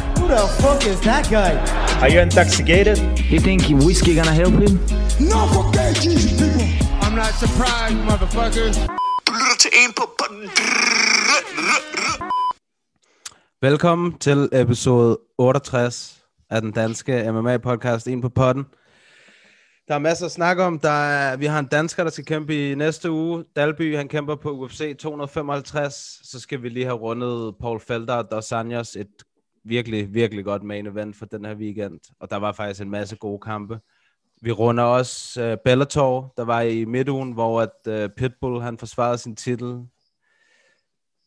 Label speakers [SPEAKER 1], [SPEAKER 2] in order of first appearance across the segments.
[SPEAKER 1] the fuck is that guy?
[SPEAKER 2] Are you intoxicated?
[SPEAKER 3] You think whiskey gonna help him?
[SPEAKER 4] No, forget Jesus, people.
[SPEAKER 5] I'm not surprised, motherfuckers.
[SPEAKER 6] Du lytter til en på... på-
[SPEAKER 7] Velkommen til episode 68 af den danske MMA-podcast En på potten. Der er masser at snakke om. Der er, vi har en dansker, der skal kæmpe i næste uge. Dalby, han kæmper på UFC 255. Så skal vi lige have rundet Paul Felder og Dos Anjos. Et virkelig, virkelig godt main event for den her weekend. Og der var faktisk en masse gode kampe. Vi runder også uh, Bellator, der var i midtugen, hvor at uh, Pitbull han forsvarede sin titel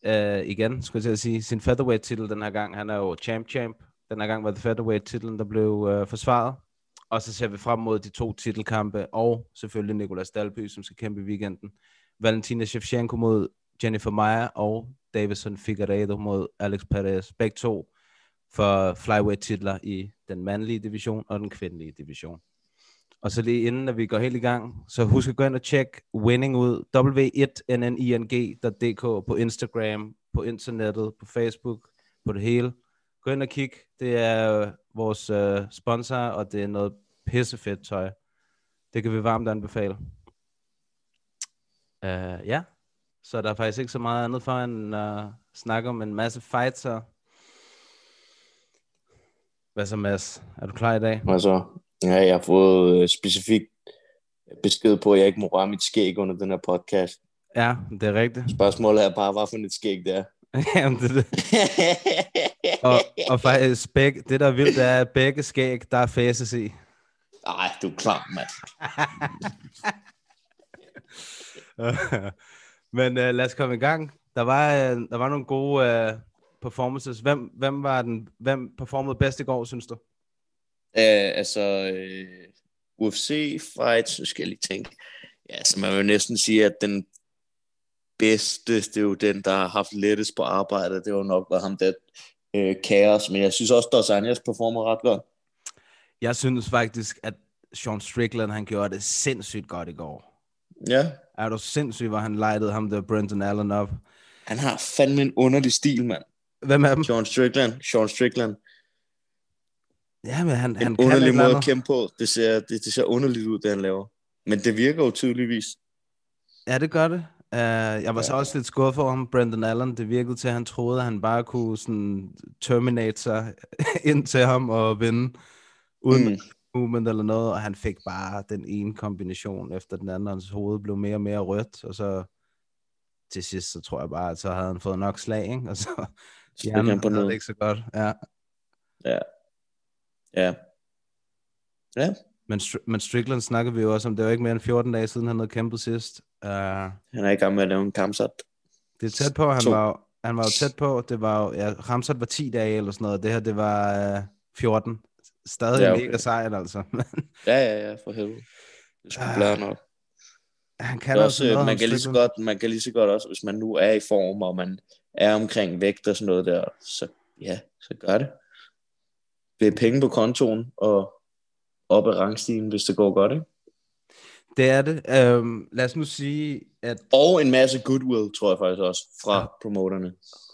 [SPEAKER 7] øh, igen, skulle jeg til at sige, sin featherweight-titel den her gang. Han er jo champ-champ. Den her gang var det featherweight-titlen, der blev øh, forsvaret. Og så ser vi frem mod de to titelkampe, og selvfølgelig Nikolas Dalby, som skal kæmpe i weekenden. Valentina Shevchenko mod Jennifer Meyer, og Davison Figueiredo mod Alex Perez. Begge to for flyweight-titler i den mandlige division og den kvindelige division. Og så lige inden, at vi går helt i gang, så husk at gå ind og tjekke winning ud, w1nning.dk på Instagram, på internettet, på Facebook, på det hele. Gå ind og kig. Det er øh, vores øh, sponsor, og det er noget pissefedt tøj. Det kan vi varmt anbefale. Uh, ja, så der er faktisk ikke så meget andet for end at snakke om en masse fights. og- Hvad så, Mads? Er du klar i dag?
[SPEAKER 8] Altså, ja, jeg har fået øh, specifikt besked på, at jeg ikke må røre mit skæg under den her podcast.
[SPEAKER 7] Ja, det er rigtigt.
[SPEAKER 8] Spørgsmålet er bare, hvad for et skæg det er.
[SPEAKER 7] Jamen, det, er det. Og, og faktisk, begge, det der er vildt, det er, at begge skæg, der er faces i.
[SPEAKER 8] Nej, du er klar, mand.
[SPEAKER 7] Men øh, lad os komme i gang. Der var, øh, der var nogle gode øh, performances. Hvem, hvem, var den, hvem performede bedst i går, synes du?
[SPEAKER 8] Øh, altså, øh, UFC fight, så skal jeg lige tænke. Ja, så man vil næsten sige, at den bedste, det er jo den, der har haft lettest på arbejdet. Det var nok været ham der, øh, Chaos. Men jeg synes også, Dos Anjas performer ret godt.
[SPEAKER 7] Jeg synes faktisk, at Sean Strickland, han gjorde det sindssygt godt i går.
[SPEAKER 8] Ja,
[SPEAKER 7] Er du sindssygt, hvor han lightede ham der Brenton Allen op?
[SPEAKER 8] han har fandme en underlig stil, mand.
[SPEAKER 7] Hvem er dem?
[SPEAKER 8] Sean Strickland, Sean Strickland.
[SPEAKER 7] Jamen, han, han
[SPEAKER 8] en
[SPEAKER 7] kan et
[SPEAKER 8] underlig
[SPEAKER 7] eller
[SPEAKER 8] måde at
[SPEAKER 7] andet.
[SPEAKER 8] kæmpe på. Det ser, det, det ser underligt ud, det han laver. Men det virker jo tydeligvis.
[SPEAKER 7] Ja, det gør det. Uh, jeg var så også lidt skuffet over ham, Brendan Allen. Det virkede til, at han troede, at han bare kunne sådan, terminate sig ind til ham og vinde. Uden mm.
[SPEAKER 8] Mm.
[SPEAKER 7] movement eller noget. Og han fik bare den ene kombination efter den anden. og Hans hoved blev mere og mere rødt. Og så til sidst, så tror jeg bare, at så havde han fået nok slag. Ikke? Og så
[SPEAKER 8] Så
[SPEAKER 7] hjernen
[SPEAKER 8] han på
[SPEAKER 7] havde det
[SPEAKER 8] noget.
[SPEAKER 7] ikke så godt. Ja.
[SPEAKER 8] Ja.
[SPEAKER 7] Men, Str- men Strickland snakkede vi jo også om. Det var ikke mere end 14 dage siden, han havde kæmpet sidst. Uh,
[SPEAKER 8] Han er i gang med at lave en kampsat.
[SPEAKER 7] Det er tæt på, han
[SPEAKER 8] To.
[SPEAKER 7] var, jo- han var jo tæt på, det var jo, ja, Ramsat var 10 dage eller sådan noget, det her det var øh, 14. Stadig
[SPEAKER 8] Ja,
[SPEAKER 7] ja, okay.
[SPEAKER 8] okay.
[SPEAKER 7] mega sejt altså.
[SPEAKER 8] Ja, ja, ja, for helvede. Det skulle
[SPEAKER 7] Ah,
[SPEAKER 8] blære nok.
[SPEAKER 7] han
[SPEAKER 8] Det
[SPEAKER 7] kan
[SPEAKER 8] er
[SPEAKER 7] også,
[SPEAKER 8] også,
[SPEAKER 7] noget,
[SPEAKER 8] øh, man,
[SPEAKER 7] ham
[SPEAKER 8] kan lige så
[SPEAKER 7] Strickland.
[SPEAKER 8] godt, man kan lige så godt også, hvis man nu er i form, og man er omkring vægt og sådan noget der, så ja, så gør det. Det er penge på kontoen, og op ad rangstigen, hvis det går godt, ikke?
[SPEAKER 7] Det er det. Øhm, lad os nu sige, at
[SPEAKER 8] Og en masse goodwill, tror jeg faktisk også, fra
[SPEAKER 7] Ja.
[SPEAKER 8] ja. promoterne.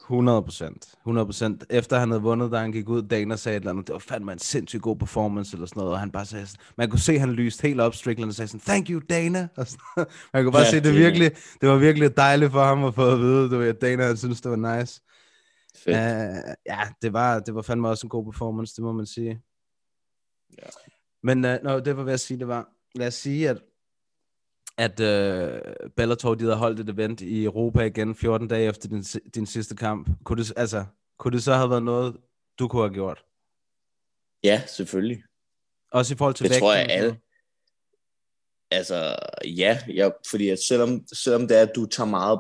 [SPEAKER 7] 100 procent, 100 procent, efter han havde vundet, da han gik ud, Dana sagde et eller andet, det var fandme en sindssygt god performance eller sådan noget, og han bare sagde sådan, man kunne se, han lyste helt op, Strickland, og sagde sådan, thank you, Dana, og sådan, man kunne bare
[SPEAKER 8] Ja,
[SPEAKER 7] se, det,
[SPEAKER 8] det er-
[SPEAKER 7] virkelig, det var virkelig dejligt for ham at få at vide, du ved, at Dana, han synes, det var nice.
[SPEAKER 8] Fedt. Ja.
[SPEAKER 7] Uh, ja, det var, det var fandme også en god performance, det må man sige.
[SPEAKER 8] Ja.
[SPEAKER 7] Men uh, no, det var ved at sige, det var, lad os sige, at, at uh, Bellator, de havde holdt et event i Europa igen 14 dage efter din, si- din sidste kamp. Kunne det, s- altså, kunne det så have været noget, du kunne have gjort?
[SPEAKER 8] ja, selvfølgelig.
[SPEAKER 7] Også i forhold til
[SPEAKER 8] Det
[SPEAKER 7] vægten
[SPEAKER 8] tror jeg
[SPEAKER 7] og sådan
[SPEAKER 8] alle.
[SPEAKER 7] noget?
[SPEAKER 8] Altså, ja, jeg, fordi at selvom, selvom det er, at du tager meget,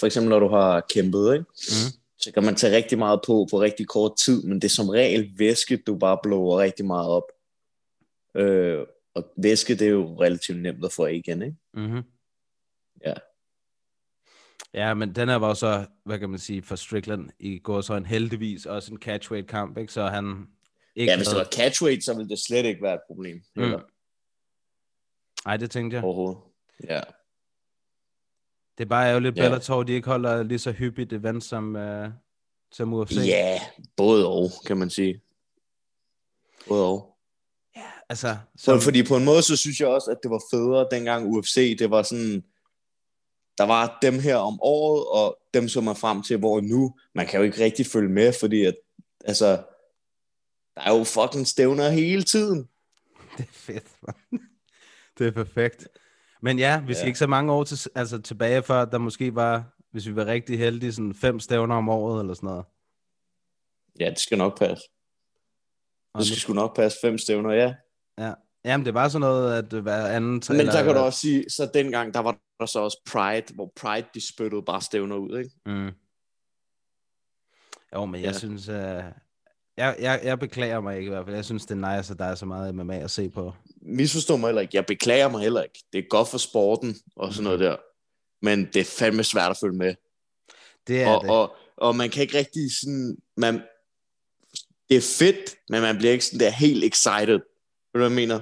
[SPEAKER 8] for eksempel når du har kæmpet, ikke?
[SPEAKER 7] Mhm.
[SPEAKER 8] så kan man tage rigtig meget på på rigtig kort tid, men det er som regel væske, du bare blåer rigtig meget op. Øh, og væske, det er jo relativt nemt at få af igen, ikke?
[SPEAKER 7] Mm-hmm.
[SPEAKER 8] Ja.
[SPEAKER 7] Ja, men den her var jo så, hvad kan man sige, for Strickland i går så en heldigvis også en catchweight kamp, ikke? Så han ikke
[SPEAKER 8] Ja, hvis det
[SPEAKER 7] havde-
[SPEAKER 8] var catchweight, så ville det slet ikke være et problem.
[SPEAKER 7] Mm.
[SPEAKER 8] Eller,
[SPEAKER 7] Ej, det tænkte jeg.
[SPEAKER 8] Overhovedet. Ja.
[SPEAKER 7] Det er bare ærgerligt,
[SPEAKER 8] Ja.
[SPEAKER 7] yeah. Bellator, de ikke holder lige så hyppigt event som, øh, som UFC.
[SPEAKER 8] ja, både og, kan man sige. Både og.
[SPEAKER 7] Altså,
[SPEAKER 8] Så... Fordi på en måde, så synes jeg også, at det var federe dengang UFC, det var sådan, der var dem her om året, og dem, som er frem til, hvor nu, man kan jo ikke rigtig følge med, fordi at, altså, der er jo fucking stævner hele tiden.
[SPEAKER 7] Det er fedt, man. Det er perfekt. Men ja, vi skal ja.
[SPEAKER 8] Ja.
[SPEAKER 7] ikke så mange år til, altså tilbage før, der måske var, hvis vi var rigtig heldige, sådan fem stævner om året eller sådan noget.
[SPEAKER 8] Ja, det skal nok passe. Det
[SPEAKER 7] Og nu,
[SPEAKER 8] skal sgu nok passe fem stævner, ja.
[SPEAKER 7] ja. Jamen, det var sådan noget, at øh, hver anden...
[SPEAKER 8] Men der kan du også sige, så dengang, der var der så også Pride, hvor Pride, de spyttede bare stævner ud, ikke?
[SPEAKER 7] Mm. Jo, men jeg ja.
[SPEAKER 8] Ja.
[SPEAKER 7] synes... Uh... Jeg, jeg, jeg beklager mig ikke i hvert fald. Jeg synes, det er nice, at der er så meget MMA at se på.
[SPEAKER 8] misforstå mig heller ikke. Jeg beklager mig heller ikke. Det er godt for sporten og sådan noget der. Men det er fandme svært at følge med.
[SPEAKER 7] Det er
[SPEAKER 8] Ja, og,
[SPEAKER 7] det.
[SPEAKER 8] og, og man kan ikke rigtig sådan... Man, det er fedt, men man bliver ikke sådan der helt excited. Ved du, hvad jeg mener?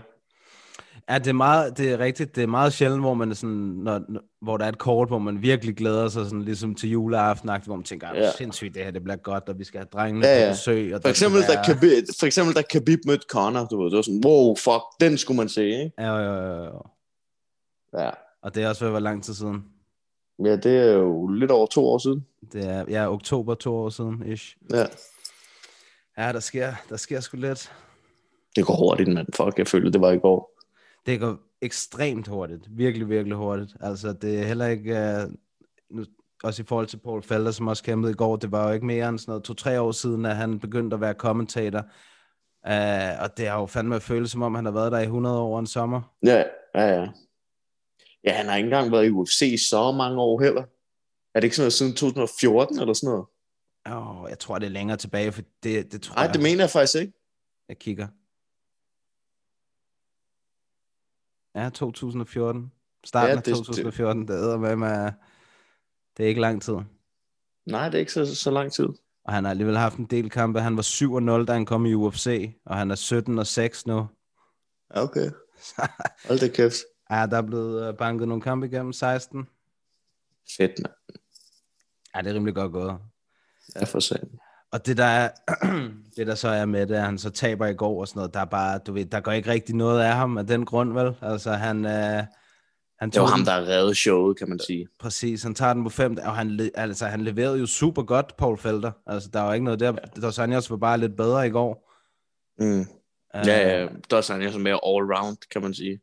[SPEAKER 7] Ja, det er, meget, det er rigtigt. Det er meget sjældent, hvor, man er sådan, når, når- hvor der er et kort, hvor man virkelig glæder sig sådan, ligesom til juleaften, hvor man tænker, ja.
[SPEAKER 8] Ja.
[SPEAKER 7] sindssygt, det her det bliver godt, og vi skal have drengene
[SPEAKER 8] Ja,
[SPEAKER 7] ja, ja.
[SPEAKER 8] ja.
[SPEAKER 7] på besøg. Og
[SPEAKER 8] For
[SPEAKER 7] der skal
[SPEAKER 8] eksempel, da
[SPEAKER 7] være-
[SPEAKER 8] Khabib, for eksempel, da Khabib mødte Connor, du ved, det var sådan, wow, fuck, den skulle man se, ikke?
[SPEAKER 7] Ja, jo, jo, jo, jo.
[SPEAKER 8] Ja.
[SPEAKER 7] Og det er også ved at være lang tid siden.
[SPEAKER 8] ja, det er jo lidt over to år siden.
[SPEAKER 7] Det er ja, oktober to år siden, ish.
[SPEAKER 8] Ja.
[SPEAKER 7] Ja, der sker, der sker sgu lidt.
[SPEAKER 8] Det går hurtigt, mand. Fuck, jeg følte, det var i går.
[SPEAKER 7] Det går ekstremt hurtigt. Virkelig, virkelig hurtigt. Altså, det er heller ikke... Uh, nu, også i forhold til Paul Felder, som også kæmpede i går, det var jo ikke mere end sådan noget to-tre år siden, at han begyndte at være kommentator. Uh, og det har jo fandme at føle, som om han har været der i 100 år over en sommer.
[SPEAKER 8] Ja, ja, ja. Ja, han har ikke engang været i UFC i så mange år heller. Er det ikke sådan noget siden 2014 eller sådan noget?
[SPEAKER 7] Åh, oh, jeg tror, det er længere tilbage, for det, det tror
[SPEAKER 8] Nej,
[SPEAKER 7] jeg,
[SPEAKER 8] det mener jeg faktisk ikke.
[SPEAKER 7] jeg kigger. Ja, 2014. Starten
[SPEAKER 8] Ja,
[SPEAKER 7] ja, af
[SPEAKER 8] det-
[SPEAKER 7] 2014, det æder med, med, det er ikke lang tid.
[SPEAKER 8] Nej, det er ikke så, så lang tid.
[SPEAKER 7] Og han har alligevel haft en del kampe. Han var 7-0, da han kom i UFC, og han er 17-6 nu.
[SPEAKER 8] Okay.
[SPEAKER 7] Så
[SPEAKER 8] Hold da kæft.
[SPEAKER 7] ja, der er blevet øh, banket nogle kampe igennem 16.
[SPEAKER 8] Fedt, mand.
[SPEAKER 7] Ja, det er rimelig godt gået.
[SPEAKER 8] Ja, for satan.
[SPEAKER 7] Og det der, er, det der så er med det, er, at han så taber i går og sådan noget, der er bare, du ved, der går ikke rigtig noget af ham af den grund, vel? Altså han, øh, han
[SPEAKER 8] Det
[SPEAKER 7] tog
[SPEAKER 8] var ham,
[SPEAKER 7] den-
[SPEAKER 8] der reddede showet, kan man sige.
[SPEAKER 7] Præcis, han tager den på fem, og han, le- altså, han leverede jo super godt, Paul Felder. Altså der var ikke noget der. Ja. Dos Anjos var bare lidt bedre i går.
[SPEAKER 8] Mm.
[SPEAKER 7] Øh,
[SPEAKER 8] Ja, ja. Dos Anjos er mere all-round, kan man sige.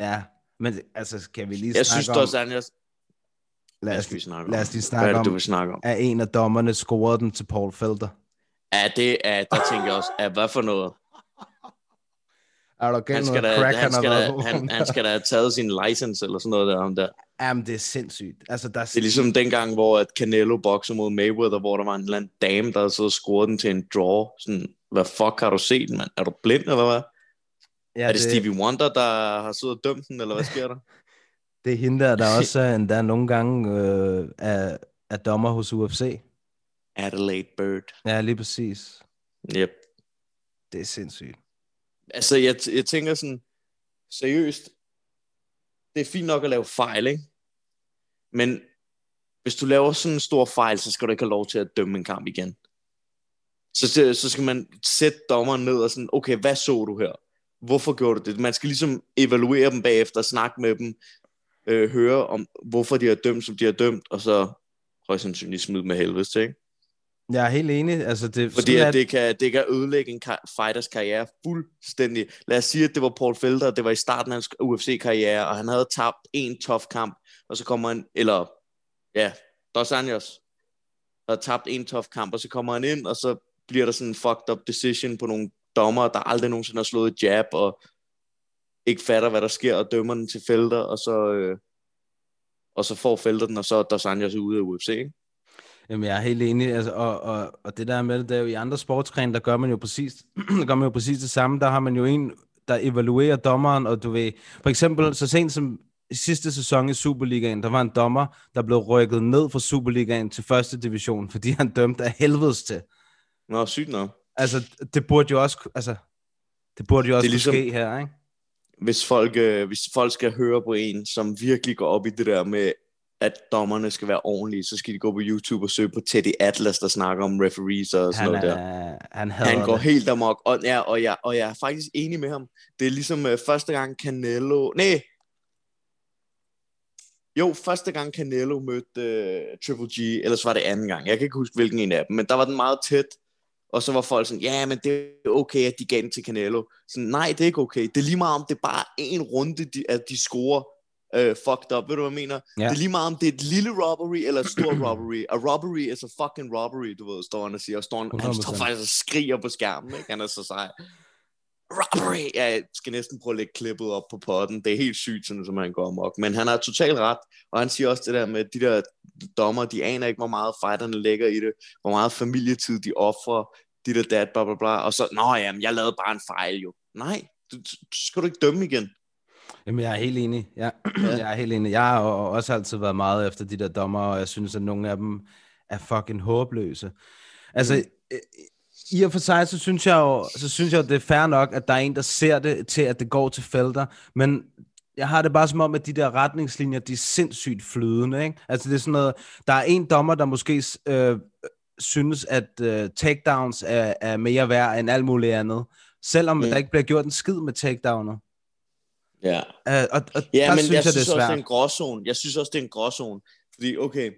[SPEAKER 7] ja. Men altså, skal vi lige
[SPEAKER 8] Jeg
[SPEAKER 7] snakke
[SPEAKER 8] synes,
[SPEAKER 7] om...
[SPEAKER 8] Dos Anjos...
[SPEAKER 7] lad
[SPEAKER 8] Hvad
[SPEAKER 7] os,
[SPEAKER 8] skal vi snakke om?
[SPEAKER 7] lad os lige
[SPEAKER 8] Hvad
[SPEAKER 7] snakke
[SPEAKER 8] er det, du
[SPEAKER 7] om,
[SPEAKER 8] vil snakke om?
[SPEAKER 7] at en af dommerne scorede den til Paul Felder.
[SPEAKER 8] Ja, det er... Der tænker jeg også, ja, hvad for noget?
[SPEAKER 7] Er der igen
[SPEAKER 8] Han
[SPEAKER 7] noget
[SPEAKER 8] skal, da,
[SPEAKER 7] crack,
[SPEAKER 8] han, skal da,
[SPEAKER 7] har været
[SPEAKER 8] han, han skal da have taget sin license eller sådan noget der. Om der.
[SPEAKER 7] Jamen, det er sindssygt. Altså, der,
[SPEAKER 8] Det er ligesom dengang, hvor at Canelo bokser mod Mayweather, hvor der var en eller anden dame, der så scorede den til en draw. Sådan, hvad fuck har du set, mand? Er du blind, eller hvad?
[SPEAKER 7] ja,
[SPEAKER 8] Ja, er det, Stevie Wonder, der har siddet og dømt den, eller hvad sker der?
[SPEAKER 7] Det er hende der, der også er endda nogle gange øh, er, er dommer hos UFC.
[SPEAKER 8] Adelaide Bird.
[SPEAKER 7] Ja, lige præcis.
[SPEAKER 8] Yep.
[SPEAKER 7] Det er sindssygt.
[SPEAKER 8] Altså, jeg, t- jeg tænker sådan, seriøst, det er fint nok at lave fejl, ikke? Men hvis du laver sådan en stor fejl, så skal du ikke have lov til at dømme en kamp igen. Så, så, så skal man sætte dommeren ned og sådan, okay, hvad så du her? Hvorfor gjorde du det? Man skal ligesom evaluere dem bagefter, snakke med dem, øh, høre om, hvorfor de har dømt, som de har dømt, og så højst sandsynligt smide dem med helvede til, ikke?
[SPEAKER 7] Jeg er helt enig. Altså, det,
[SPEAKER 8] Fordi at det, kan, det kan ødelægge en ka- fighters karriere fuldstændig. Lad os sige, at det var Paul Felder, og det var i starten af hans UFC-karriere, og han havde tabt en tough kamp, og så kommer han, eller ja, Dos Anjos havde tabt en tough kamp, og så kommer han ind, og så bliver der sådan en fucked up decision på nogle dommer, der aldrig nogensinde har slået et jab, og ikke fatter, hvad der sker, og dømmer den til Felder, og så, øh, og så får Felder den, og så er Dos Anjos ude af UFC. Ikke?
[SPEAKER 7] Jamen, jeg er helt enig, altså, og, og, og det der med det, det er jo i andre sportsgrene, der gør man jo præcis, der gør man jo præcis det samme. Der har man jo en, der evaluerer dommeren, og du ved, for eksempel så sent som i sidste sæson i Superligaen, der var en dommer, der blev rykket ned fra Superligaen til første division, fordi han dømte af helvedes til.
[SPEAKER 8] Nå, sygt nok.
[SPEAKER 7] Altså, det burde jo også, altså, det burde jo også det
[SPEAKER 8] ligesom-
[SPEAKER 7] ligesom... ske her, ikke?
[SPEAKER 8] hvis folk, øh, hvis folk skal høre på en, som virkelig går op i det der med, at dommerne skal være ordentlige, så skal de gå på YouTube og søge på Teddy Atlas, der snakker om referees og sådan
[SPEAKER 7] Han,
[SPEAKER 8] noget der.
[SPEAKER 7] er, han, hader
[SPEAKER 8] Han går
[SPEAKER 7] det.
[SPEAKER 8] helt amok, og, ja, og, jeg, og jeg er faktisk enig med ham. Det er ligesom øh, første gang Canelo... Nej! Jo, første gang Canelo mødte øh, Triple G, ellers var det anden gang. Jeg kan ikke huske, hvilken en af dem, men der var den meget tæt. Og så var folk sådan, ja, men det er okay, at de gav den til Canelo. Så nej, det er ikke okay. Det er lige meget om, det er bare en runde, de, at de scorer øh, fucked up. Ved du, hvad jeg mener?
[SPEAKER 7] Ja.
[SPEAKER 8] Ja. Det er lige meget om, det er et lille robbery eller et stort robbery. A robbery is a fucking robbery, du ved, står han og siger. Og står han, han står
[SPEAKER 7] 100%.
[SPEAKER 8] faktisk og skriger på skærmen, ikke? Han er så sej. Robbery! Ja, jeg skal næsten prøve at lægge klippet op på potten. Det er helt sygt, sådan, som han går amok. Men han har totalt ret, og han siger også det der med, at de der dommer, de aner ikke, hvor meget fighterne lægger i det, hvor meget familietid de offrer, dit og dat, bla bla bla, og så, nå jamen, jeg lavede bare en fejl jo. Nej, du, du, så skal du ikke dømme igen.
[SPEAKER 7] Jamen, jeg er helt enig. Jeg, jeg er helt enig. Jeg har o- også altid været meget efter de der dommer, og jeg synes, at nogle af dem er fucking håbløse. Altså, øh, i og for sig, så synes jeg jo, så synes jeg, jo, det er fair nok, at der er en, der ser det til, at det går til felter, men jeg har det bare som om, at de der retningslinjer, de er sindssygt flydende, ikke? Altså, det er sådan noget, der er en dommer, der måske øh, synes, at øh, takedowns er, er mere værd end alt muligt andet, selvom mm.
[SPEAKER 8] Mm.
[SPEAKER 7] der ikke bliver gjort en skid med takedowner.
[SPEAKER 8] Ja,
[SPEAKER 7] Øh, og, og
[SPEAKER 8] ja
[SPEAKER 7] der
[SPEAKER 8] men
[SPEAKER 7] synes
[SPEAKER 8] jeg
[SPEAKER 7] jeg,
[SPEAKER 8] synes
[SPEAKER 7] det er
[SPEAKER 8] også, det er
[SPEAKER 7] svært.
[SPEAKER 8] en gråzone. Jeg synes også, det er en gråzone. Fordi, okay,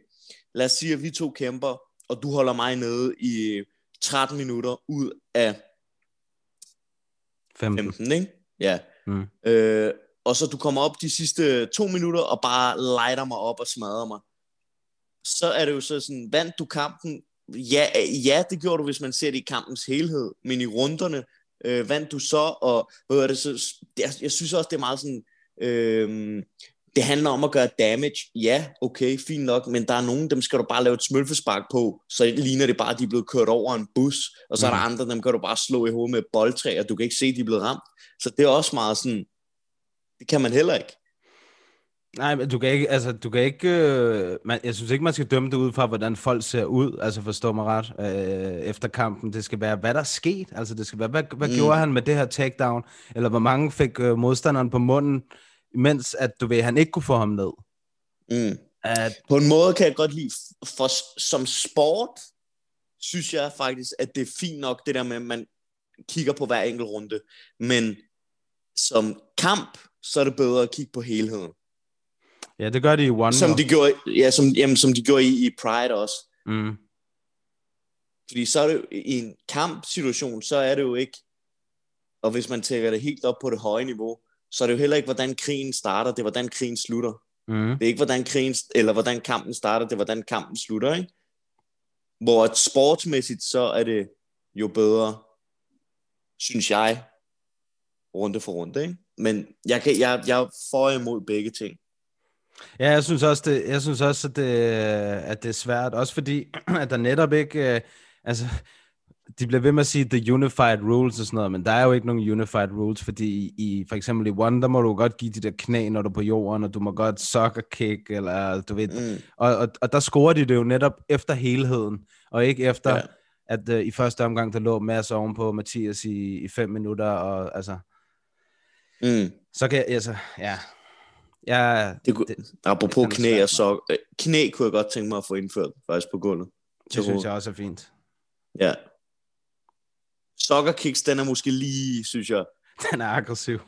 [SPEAKER 8] lad os sige, at vi to kæmper, og du holder mig nede i 13 minutter ud af
[SPEAKER 7] 15.
[SPEAKER 8] 15, ikke? Ja.
[SPEAKER 7] Mm.
[SPEAKER 8] Øh, og så du kommer op de sidste to minutter og bare lighter mig op og smadrer mig. Så er det jo så sådan, vandt du kampen? Ja, øh, ja, det gjorde du, hvis man ser det i kampens helhed. Men i runderne øh, vandt du så, og hvad er det så? Jeg, jeg synes også, det er meget sådan... Øh, det handler om at gøre damage. Ja, okay, fint nok, men der er nogen, dem skal du bare lave et smølfespark på, så ligner det bare, at de er blevet kørt over en bus, og så mm. er der andre, dem kan du bare slå i hovedet med et boldtræ, og du kan ikke se, at de er blevet ramt. Så det er også meget sådan, det kan man heller ikke.
[SPEAKER 7] Nej, men du kan ikke, altså, du kan ikke, øh, man, jeg synes ikke, man skal dømme det ud fra, hvordan folk ser ud, altså forstå mig ret, øh, efter kampen. Det skal være, hvad der er sket, altså det skal være, hvad, hvad mm.
[SPEAKER 8] Mm.
[SPEAKER 7] gjorde han med det her takedown, eller hvor mange fik øh, modstanderen på munden, mens at, du ved, han ikke kunne få ham ned.
[SPEAKER 8] Mm.
[SPEAKER 7] At,
[SPEAKER 8] På en måde kan jeg godt lide, for som sport, synes jeg faktisk, at det er fint nok, det der med, at man kigger på hver enkelt runde. Men som kamp, så er det bedre at kigge på helheden.
[SPEAKER 7] ja, det gør de i One.
[SPEAKER 8] Som
[SPEAKER 7] jo.
[SPEAKER 8] de gjorde, ja, som, jamen, som de gjorde i, i Pride også.
[SPEAKER 7] Mm.
[SPEAKER 8] Fordi så er det jo, i en kampsituation, så er det jo ikke, og hvis man tænker det helt op på det høje niveau, så er det jo heller ikke, hvordan krigen starter, det er, hvordan krigen slutter.
[SPEAKER 7] Mm.
[SPEAKER 8] Det er ikke, hvordan krigen, eller hvordan kampen starter, det er, hvordan kampen slutter, ikke? Hvor at sportsmæssigt, så er det jo bedre, synes jeg, runde for runde, ikke? Men jeg, kan, jeg, jeg er for og imod begge ting.
[SPEAKER 7] Ja, jeg synes også, det, jeg synes også at, det, at det er svært. Også fordi, at der netop ikke... Øh, altså, de bliver ved med at sige the unified rules og sådan noget, men der er jo ikke nogen unified rules, fordi i, i for eksempel i One, der må du godt give de der knæ, når du er på jorden, og du må godt soccer kick, eller du ved... Mm.
[SPEAKER 8] Mm.
[SPEAKER 7] Og, og, og der scorer de det jo netop efter helheden, og ikke efter, ja.
[SPEAKER 8] Ja.
[SPEAKER 7] at øh, i første omgang, der lå Mads ovenpå Mathias i, i fem minutter, og altså...
[SPEAKER 8] Mm.
[SPEAKER 7] Så kan jeg... Altså, ja... Jeg,
[SPEAKER 8] Det kunne,
[SPEAKER 7] Det-
[SPEAKER 8] det,
[SPEAKER 7] det
[SPEAKER 8] apropos
[SPEAKER 7] er
[SPEAKER 8] det
[SPEAKER 7] svært,
[SPEAKER 8] knæ
[SPEAKER 7] mand.
[SPEAKER 8] og så øh, knæ kunne jeg godt tænke mig at få indført faktisk på gulvet. Til
[SPEAKER 7] det synes
[SPEAKER 8] hovedet.
[SPEAKER 7] jeg også er fint.
[SPEAKER 8] Ja. Soccer kicks, den er måske lige, synes jeg.
[SPEAKER 7] Den er aggressiv.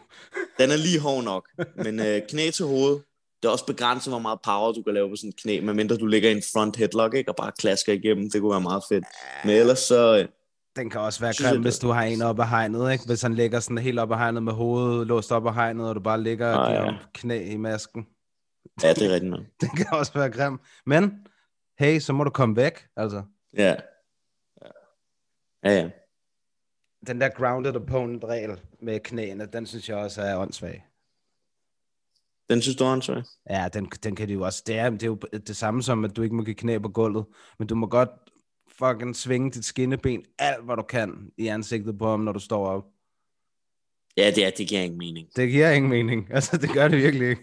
[SPEAKER 8] Den er lige hård nok. Men øh, knæ til hovedet, det er også begrænset, hvor meget power du kan lave på sådan et knæ, medmindre du ligger i en front headlock, ikke? Og bare klasker igennem. Det kunne være meget fedt. Men ellers så... Øh,
[SPEAKER 7] Den kan også være
[SPEAKER 8] Synes jeg,
[SPEAKER 7] grim,
[SPEAKER 8] det-
[SPEAKER 7] hvis du har en oppe af hegnet, ikke? Hvis han ligger sådan helt oppe af hegnet med hovedet låst op af hegnet, og du bare ligger og
[SPEAKER 8] Ah,
[SPEAKER 7] giver
[SPEAKER 8] ja.
[SPEAKER 7] ham knæ i masken.
[SPEAKER 8] ja, det er rigtigt nok.
[SPEAKER 7] Den kan også være grim. Men, hey, så må du komme væk, altså.
[SPEAKER 8] Ja. Ja, ja.
[SPEAKER 7] Den der grounded opponent regel med knæene, den synes jeg også er åndssvag.
[SPEAKER 8] Den synes du er ansvar.
[SPEAKER 7] Ja, den, den kan de jo også. Det er, det er jo det samme som, at du ikke må give knæ på gulvet, men du må godt fucking svinge dit skinneben alt, hvad du kan i ansigtet på ham, når du står op.
[SPEAKER 8] Ja, det, er, det giver ingen mening.
[SPEAKER 7] Det giver ingen mening. Altså, det gør det virkelig ikke.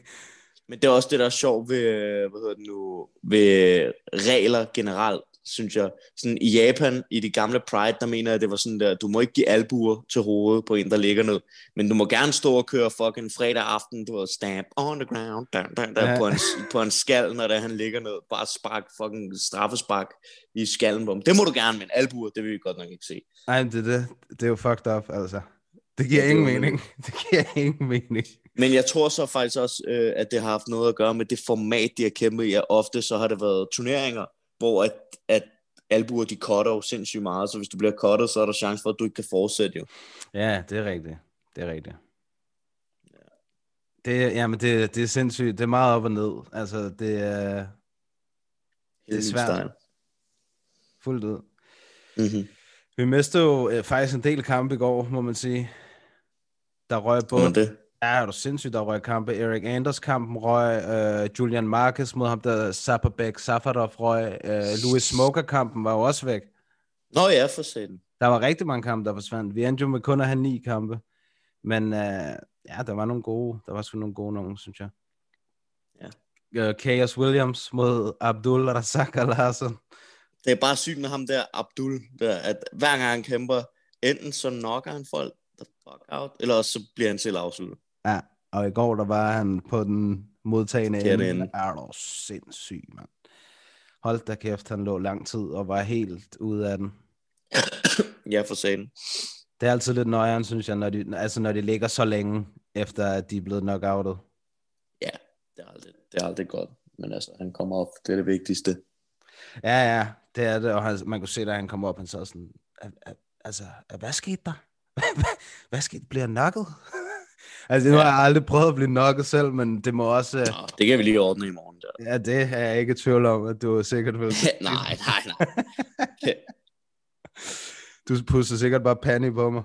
[SPEAKER 8] Men det er også det, der er sjovt ved, øh, hvad hedder det nu, ved regler generelt. synes jeg. Sådan i Japan, i det gamle Pride, der mener jeg, det var sådan der, du må ikke give albuer til hovedet på en, der ligger ned. Men du må gerne stå og køre fucking fredag aften, du ved, stamp on the ground, dun, dun, dun,
[SPEAKER 7] Ja.
[SPEAKER 8] ja. på, en, på en skal, når der, han ligger ned. Bare spark fucking straffespark i skallen på ham. Det må du gerne, men albuer, det vil vi godt nok ikke se.
[SPEAKER 7] Ej, men det, er det, det er jo fucked up, altså. Det giver
[SPEAKER 8] Ja, det er
[SPEAKER 7] ingen
[SPEAKER 8] jo-
[SPEAKER 7] mening. Det giver ingen mening.
[SPEAKER 8] Men jeg tror så faktisk også, øh, at det har haft noget at gøre med det format, de har kæmpet i. At ofte så har det været turneringer, hvor at, at albuer, de cutter jo sindssygt meget. Så hvis du bliver cuttet, så er der chance for, at du ikke kan fortsætte jo.
[SPEAKER 7] Ja, det er rigtigt. Det er rigtigt. Det, er- jamen, det, det er sindssygt. Det er meget op og ned. Altså, det er Det er svært. fuldt ud.
[SPEAKER 8] Mm-hmm.
[SPEAKER 7] Vi mistede jo øh, faktisk en del kampe i går, må man sige. Der røg både
[SPEAKER 8] Men det,
[SPEAKER 7] Ja, er du sindssygt, der røg kampe. Erik Anders kampen røg, øh, Julian Marquez mod ham der, Zapperbæk, Safarov røg, øh, Louis Smoker kampen var jo også væk.
[SPEAKER 8] Nå ja, for satan.
[SPEAKER 7] Der var rigtig mange kampe, der forsvandt. Vi endte jo med kun at have ni kampe. Men øh, ja, der var nogle gode. Der var sgu nogle gode nogen, synes jeg.
[SPEAKER 8] Ja.
[SPEAKER 7] Øh, Chaos Williams mod Abdul Razak Al-Hassan.
[SPEAKER 8] Det er bare sygt med ham der, Abdul, der, at hver gang han kæmper, enten så knocker han folk, the fuck out, eller også så bliver han selv afsluttet.
[SPEAKER 7] Ja, og i går, der var han på den modtagende
[SPEAKER 8] Forkerte
[SPEAKER 7] ende.
[SPEAKER 8] ende.
[SPEAKER 7] Er du sindssyg, mand. Hold da kæft, han lå lang tid og var helt ude af den.
[SPEAKER 8] Ja, for satan.
[SPEAKER 7] Det er altid lidt nøjeren, synes jeg, når de, altså når de ligger så længe, efter at de er blevet knockoutet.
[SPEAKER 8] Det er aldrig, det er aldrig godt. Men altså, han kommer op. Det er det vigtigste.
[SPEAKER 7] Ja, ja, det er det, og han, man kunne se, da han kom op, han sad sådan, "Al- al- altså, hvad skete der? hvad skete? Bliver jeg knocket? altså, nu har jeg aldrig prøvet at blive knocket selv, men det må også... øh,
[SPEAKER 8] Nå, det kan vi lige ordne i morgen. Der.
[SPEAKER 7] Ja, det er jeg ikke i tvivl om, at du sikkert vil...
[SPEAKER 8] nej, nej, nej.
[SPEAKER 7] Du pusser sikkert bare panik på mig.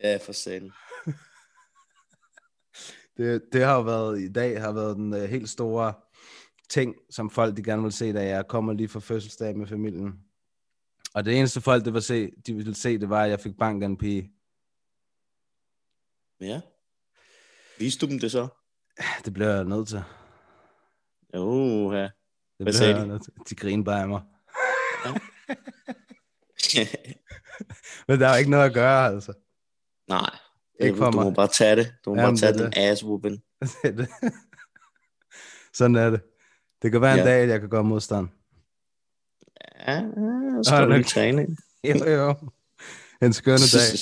[SPEAKER 8] Ja, for satan.
[SPEAKER 7] Det, det har jo været i dag, har været den øh, helt store ting, som folk de gerne vil se, da jeg kommer lige fra fødselsdag med familien. Og det eneste folk, det var se, de ville se, det var, at jeg fik bank af en pige.
[SPEAKER 8] Ja. Viste du dem det så?
[SPEAKER 7] Det blev jeg nødt til.
[SPEAKER 8] Jo, ja.
[SPEAKER 7] Det
[SPEAKER 8] Hvad
[SPEAKER 7] blev
[SPEAKER 8] sagde
[SPEAKER 7] jeg
[SPEAKER 8] de?
[SPEAKER 7] nødt til. De grinede bare af mig. Men der var ikke noget at gøre, altså.
[SPEAKER 8] nej.
[SPEAKER 7] Ikke for
[SPEAKER 8] du må
[SPEAKER 7] mig.
[SPEAKER 8] bare tage det. Du må
[SPEAKER 7] Jamen,
[SPEAKER 8] bare tage
[SPEAKER 7] det er
[SPEAKER 8] den ass whooping.
[SPEAKER 7] Det er det. Sådan er det. Det kan være en
[SPEAKER 8] Ja.
[SPEAKER 7] dag, at jeg kan gøre modstand.
[SPEAKER 8] Ja, ja,
[SPEAKER 7] Hold
[SPEAKER 8] så du
[SPEAKER 7] da
[SPEAKER 8] i træning.
[SPEAKER 7] Jo, jo. En skønne dag.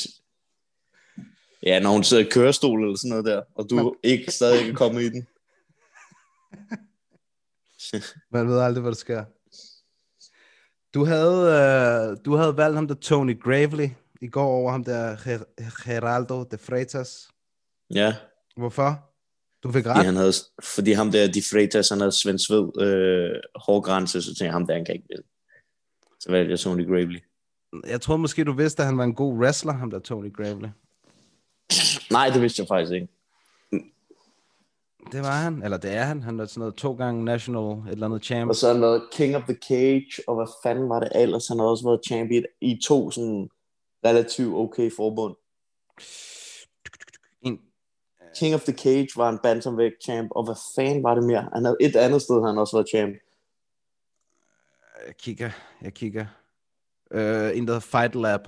[SPEAKER 8] Ja, når hun sidder i kørestol eller sådan noget der, og du ikke stadig kan komme i den.
[SPEAKER 7] Man ved aldrig, hvad der sker. Du havde, øh, du havde valgt ham der Tony Gravely i går over ham der Ger- Geraldo de Freitas.
[SPEAKER 8] Ja,
[SPEAKER 7] Hvorfor? Du fik
[SPEAKER 8] fordi,
[SPEAKER 7] ret.
[SPEAKER 8] han havde, fordi ham der, de Freitas, han havde Svend Sved øh, hård grænse, så tænkte jeg, ham der, han kan ikke vinde. Så valgte jeg Tony Gravely.
[SPEAKER 7] Jeg troede måske, du vidste, at han var en god wrestler, ham der Tony Gravely.
[SPEAKER 8] Nej, det vidste jeg faktisk ikke.
[SPEAKER 7] Det var han, eller det er han. Han er sådan noget to gange national, et eller andet champ.
[SPEAKER 8] Og så har han været King of the Cage, og hvad fanden var det ellers? Han har også været champion i to sådan relativt okay forbund.
[SPEAKER 7] En,
[SPEAKER 8] King of the Cage var en bantamweight champ, og hvad fanden var det mere? Han havde et andet sted, han også var champ.
[SPEAKER 7] jeg kigger, jeg kigger. Øh, en, der hedder Fight Lab.